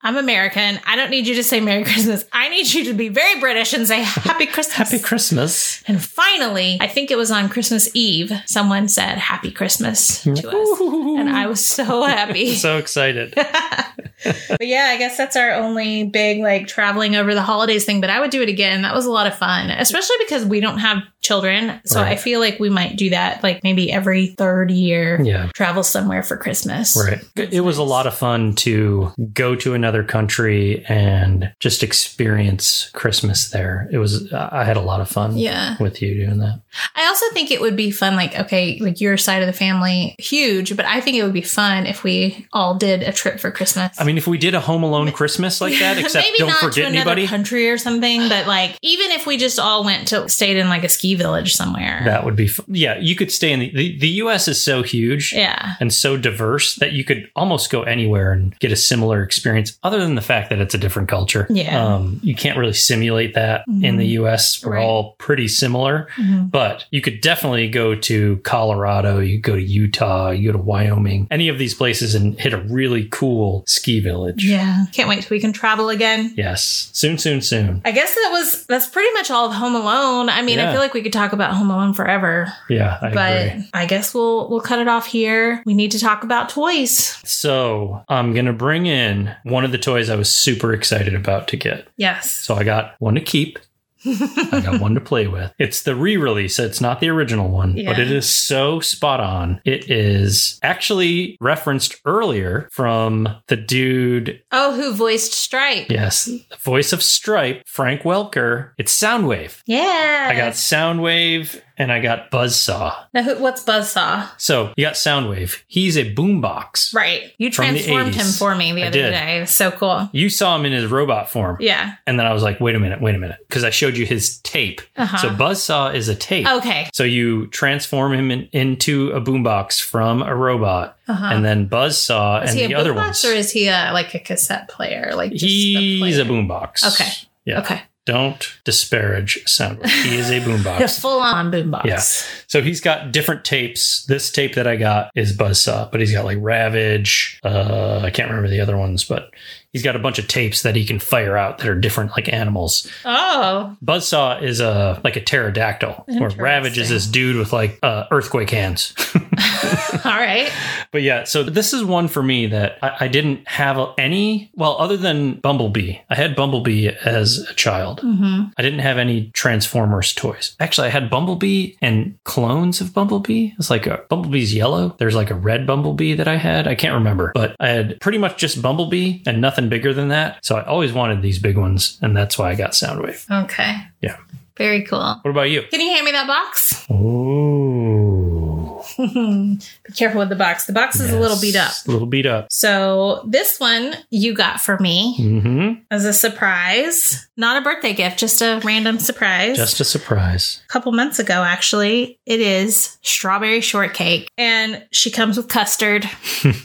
Speaker 1: I'm American. I don't need you to say Merry Christmas. I need you to be very British and say Happy Christmas.
Speaker 2: happy Christmas.
Speaker 1: and finally, I think it was on Christmas Eve, someone said Happy Christmas to us. And I was so happy.
Speaker 2: So excited.
Speaker 1: but yeah, I guess that's our only big like traveling over the holidays thing, but I would do it again. That was a lot of fun, especially because we don't have children. So
Speaker 2: Right.
Speaker 1: I feel like we might do that like maybe every third year.
Speaker 2: Yeah.
Speaker 1: Travel somewhere for Christmas.
Speaker 2: Right. It was a lot of fun to go to another country and just experience Christmas there. It was, I had a lot of fun
Speaker 1: Yeah.
Speaker 2: with you doing that.
Speaker 1: I also think it would be fun, like, okay, like your side of the family, huge, but I think it would be fun if we all did a trip for Christmas.
Speaker 2: I mean, if we did a Home Alone Christmas like that, except
Speaker 1: Maybe
Speaker 2: don't
Speaker 1: not
Speaker 2: forget
Speaker 1: to another
Speaker 2: anybody,
Speaker 1: country or something, but like even if we just all went to stayed in like a ski village somewhere.
Speaker 2: that would be. Fun. Yeah, you could stay in the, the the U.S. is so huge
Speaker 1: yeah.
Speaker 2: and so diverse that you could almost go anywhere and get a similar experience. Other than the fact that it's a different culture,
Speaker 1: Yeah. Mm-hmm.
Speaker 2: um, you can't really simulate that in the U.S.
Speaker 1: Right.
Speaker 2: We're
Speaker 1: Mm-hmm.
Speaker 2: all pretty similar, but you could definitely go to Colorado, you go to Utah, you go to Wyoming, any of these places, and hit a really cool ski village.
Speaker 1: Yeah. Can't wait till we can travel again.
Speaker 2: Yes, soon, soon, soon.
Speaker 1: I guess that was that's pretty much all of Home Alone. I mean,
Speaker 2: Yeah.
Speaker 1: I feel like we could talk about Home Alone forever,
Speaker 2: Yeah, I
Speaker 1: but
Speaker 2: agree.
Speaker 1: I guess we'll we'll cut it off here. We need to talk about toys.
Speaker 2: So I'm going to bring in one of the toys I was super excited about to get.
Speaker 1: Yes.
Speaker 2: So I got one to keep. I got one to play with. It's the re release. It's not the original one, but
Speaker 1: Yeah.
Speaker 2: it is so spot on. It is actually referenced earlier from the dude,
Speaker 1: Oh, who voiced Stripe?
Speaker 2: yes, voice of Stripe, Frank Welker. It's Soundwave.
Speaker 1: Yeah.
Speaker 2: I got Soundwave and I got Buzzsaw.
Speaker 1: Now, who, what's Buzzsaw?
Speaker 2: So you got Soundwave. He's a boombox.
Speaker 1: Right. You
Speaker 2: From the
Speaker 1: transformed him
Speaker 2: 80s.
Speaker 1: for me the
Speaker 2: I
Speaker 1: other
Speaker 2: did.
Speaker 1: day. It was so cool.
Speaker 2: You saw him in his robot form.
Speaker 1: Yeah.
Speaker 2: And then I was like, wait a minute, wait a minute. Because I showed you his tape.
Speaker 1: Uh-huh.
Speaker 2: So Buzzsaw is a tape.
Speaker 1: Okay.
Speaker 2: So you transform him in, into a boombox from a robot. And then Buzzsaw
Speaker 1: Uh-huh. Is
Speaker 2: and
Speaker 1: he
Speaker 2: the
Speaker 1: a
Speaker 2: other
Speaker 1: boombox
Speaker 2: ones.
Speaker 1: or is he a, like a cassette player? Like just the
Speaker 2: He's a
Speaker 1: player?
Speaker 2: boombox.
Speaker 1: Okay.
Speaker 2: Yeah.
Speaker 1: Okay.
Speaker 2: Don't disparage Soundwave. He is a
Speaker 1: The
Speaker 2: boombox.
Speaker 1: full on boombox.
Speaker 2: Yeah. So he's got different tapes. This tape that I got is Buzzsaw, but he's got like Ravage. Uh, I can't remember the other ones, but he's got a bunch of tapes that he can fire out that are different, like animals.
Speaker 1: Oh.
Speaker 2: Buzzsaw is a like a pterodactyl, or
Speaker 1: Interesting.
Speaker 2: Ravage is this dude with like uh, earthquake hands.
Speaker 1: All right.
Speaker 2: but yeah, so this is one for me that I, I didn't have any. Well, other than Bumblebee, I had Bumblebee as a child. I didn't have any Transformers toys. Actually, I had Bumblebee and clones of Bumblebee. It's like a, Bumblebee's yellow. There's like a red Bumblebee that I had. I can't remember, but I had pretty much just Bumblebee and nothing bigger than that. So I always wanted these big ones, and that's why I got Soundwave.
Speaker 1: Okay.
Speaker 2: Yeah.
Speaker 1: Very cool.
Speaker 2: What about you?
Speaker 1: Can you hand me that box?
Speaker 2: Oh.
Speaker 1: Be careful with the box. The box is a little beat up.
Speaker 2: A little beat up.
Speaker 1: So this one you got for me
Speaker 2: Mm-hmm.
Speaker 1: as a surprise, not a birthday gift, just a random surprise.
Speaker 2: Just a surprise.
Speaker 1: a couple months ago, actually. It is strawberry shortcake, and she comes with custard.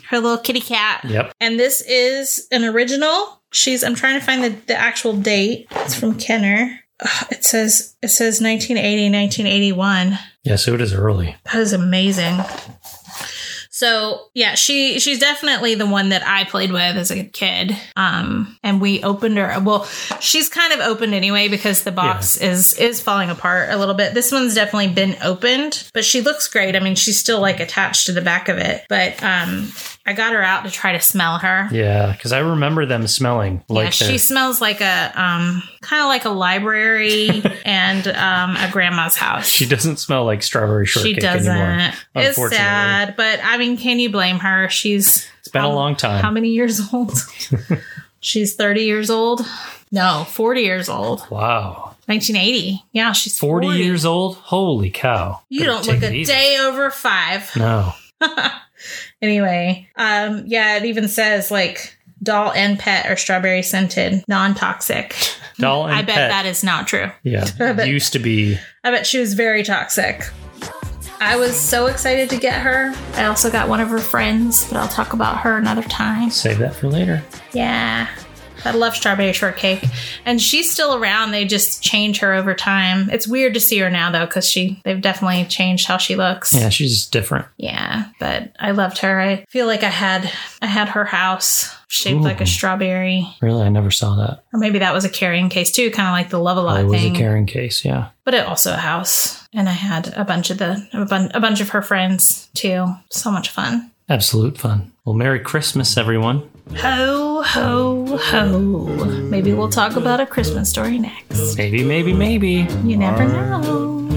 Speaker 1: her little kitty cat.
Speaker 2: Yep.
Speaker 1: And this is an original. She's I'm trying to find the, the actual date. It's from Kenner. Ugh, It says it says 1980 1981.
Speaker 2: Yeah, so it is early.
Speaker 1: That is amazing. So yeah, she she's definitely the one that I played with as a kid. Um, and we opened her. Well, she's kind of opened anyway because the box is is falling apart a little bit. This one's definitely been opened, but she looks great. I mean, she's still like attached to the back of it. But um, I got her out to try to smell her.
Speaker 2: Yeah, because I remember them smelling like
Speaker 1: yeah, she
Speaker 2: they're-
Speaker 1: smells like a um, kind of like a library and um, a grandma's house.
Speaker 2: She doesn't smell like strawberry shortcake
Speaker 1: She doesn't.
Speaker 2: anymore.
Speaker 1: It's sad, but I mean, can you blame her? She's
Speaker 2: It's been a long time.
Speaker 1: how many years old? she's 30 years old. No, 40 years old.
Speaker 2: wow.
Speaker 1: 1980. Yeah, she's
Speaker 2: 40,
Speaker 1: 40,
Speaker 2: years old? Holy cow.
Speaker 1: You
Speaker 2: Better
Speaker 1: don't
Speaker 2: take
Speaker 1: look
Speaker 2: it
Speaker 1: a
Speaker 2: easy.
Speaker 1: day over 5.
Speaker 2: No.
Speaker 1: Anyway, um yeah, it even says like doll and pet are strawberry scented, non-toxic.
Speaker 2: Doll and
Speaker 1: I bet
Speaker 2: pet.
Speaker 1: that is not true. I
Speaker 2: Yeah.
Speaker 1: bet-
Speaker 2: used to be.
Speaker 1: I bet she was very toxic. I was so excited to get her. I also got one of her friends, but I'll talk about her another time.
Speaker 2: Save that for later.
Speaker 1: Yeah. I love strawberry shortcake. And she's still around. They just change her over time. It's weird to see her now though, because she they've definitely changed how she looks.
Speaker 2: Yeah, she's different.
Speaker 1: Yeah, But I loved her. I feel like I had I had her house shaped like
Speaker 2: Ooh.
Speaker 1: a strawberry.
Speaker 2: Really, I never saw that.
Speaker 1: Or maybe that was a carrying case too, kinda like the love a
Speaker 2: I
Speaker 1: lot
Speaker 2: was a
Speaker 1: thing.
Speaker 2: Karen case. Yeah.
Speaker 1: but it also a house. And I had a bunch of the a, bun- a bunch of her friends too. So much fun.
Speaker 2: Absolute fun. Well, Merry Christmas, everyone.
Speaker 1: Ho ho ho. Maybe we'll talk about a Christmas story next.
Speaker 2: Maybe, maybe, maybe.
Speaker 1: You never know.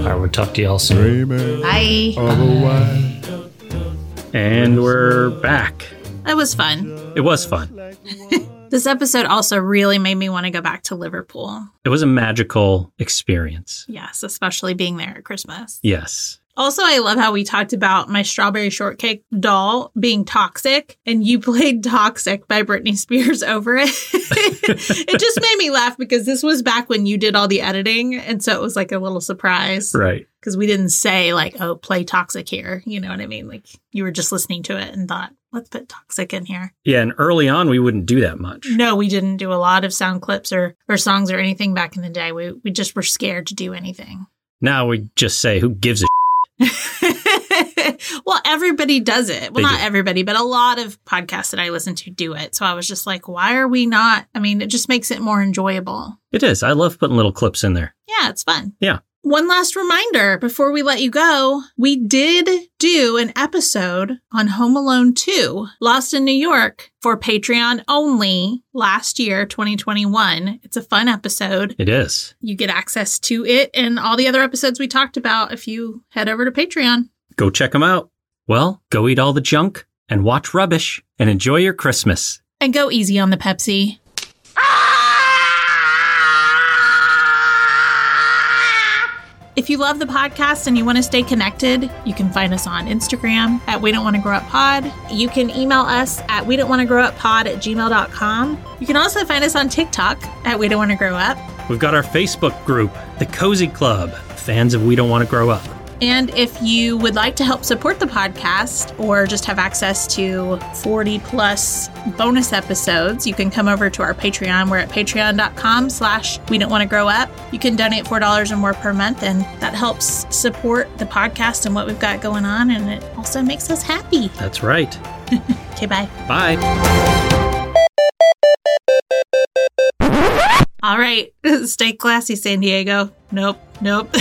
Speaker 2: All right, we'll talk to y'all soon.
Speaker 1: Bye.
Speaker 6: And we're back.
Speaker 7: That was fun.
Speaker 6: It was fun.
Speaker 7: This episode also really made me want to go back to Liverpool.
Speaker 6: It was a magical experience.
Speaker 7: Yes, especially being there at Christmas.
Speaker 6: Yes.
Speaker 7: Also, I love how we talked about my strawberry shortcake doll being toxic, and you played Toxic by Britney Spears over it. it just made me laugh because this was back when you did all the editing. And so it was like a little surprise
Speaker 6: Right.
Speaker 7: because we didn't say, like, oh, play Toxic here. You know what I mean? Like, you were just listening to it and thought, let's put Toxic in here.
Speaker 6: Yeah, and early on we wouldn't do that much.
Speaker 7: No, we didn't do a lot of sound clips or, or songs or anything back in the day. We, we just were scared to do anything.
Speaker 6: Now we just say who gives a
Speaker 7: well, everybody does it. Well,
Speaker 6: They
Speaker 7: not
Speaker 6: do.
Speaker 7: everybody, but a lot of podcasts that I listen to do it. So I was just like, why are we not? I mean, it just makes it more enjoyable.
Speaker 6: It is. I love putting little clips in there.
Speaker 7: Yeah, it's fun.
Speaker 6: Yeah.
Speaker 7: One last reminder before we let you go, we did do an episode on Home Alone 2, Lost in New York, for Patreon only last year, 2021. It's a fun episode.
Speaker 6: It is.
Speaker 7: You get access to it and all the other episodes we talked about if you head over to Patreon.
Speaker 6: Go check them out. Well, go eat all the junk and watch rubbish and enjoy your Christmas.
Speaker 7: And go easy on the Pepsi. If you love the podcast and you want to stay connected, you can find us on Instagram at We Don't Want to Grow Up Pod. You can email us at We Don't Want to Grow Up Pod at gmail.com. You can also find us on TikTok at We Don't Want to Grow Up.
Speaker 6: We've got our Facebook group, The Cozy Club, fans of We Don't Want to Grow Up.
Speaker 7: And if you would like to help support the podcast or just have access to 40 plus bonus episodes, you can come over to our Patreon. We're at patreon.com slash we don't want to grow up. You can donate $4 or more per month, and that helps support the podcast and what we've got going on. And it also makes us happy.
Speaker 6: That's right.
Speaker 7: Okay, bye.
Speaker 6: Bye.
Speaker 7: All right. Stay classy, San Diego. Nope. Nope.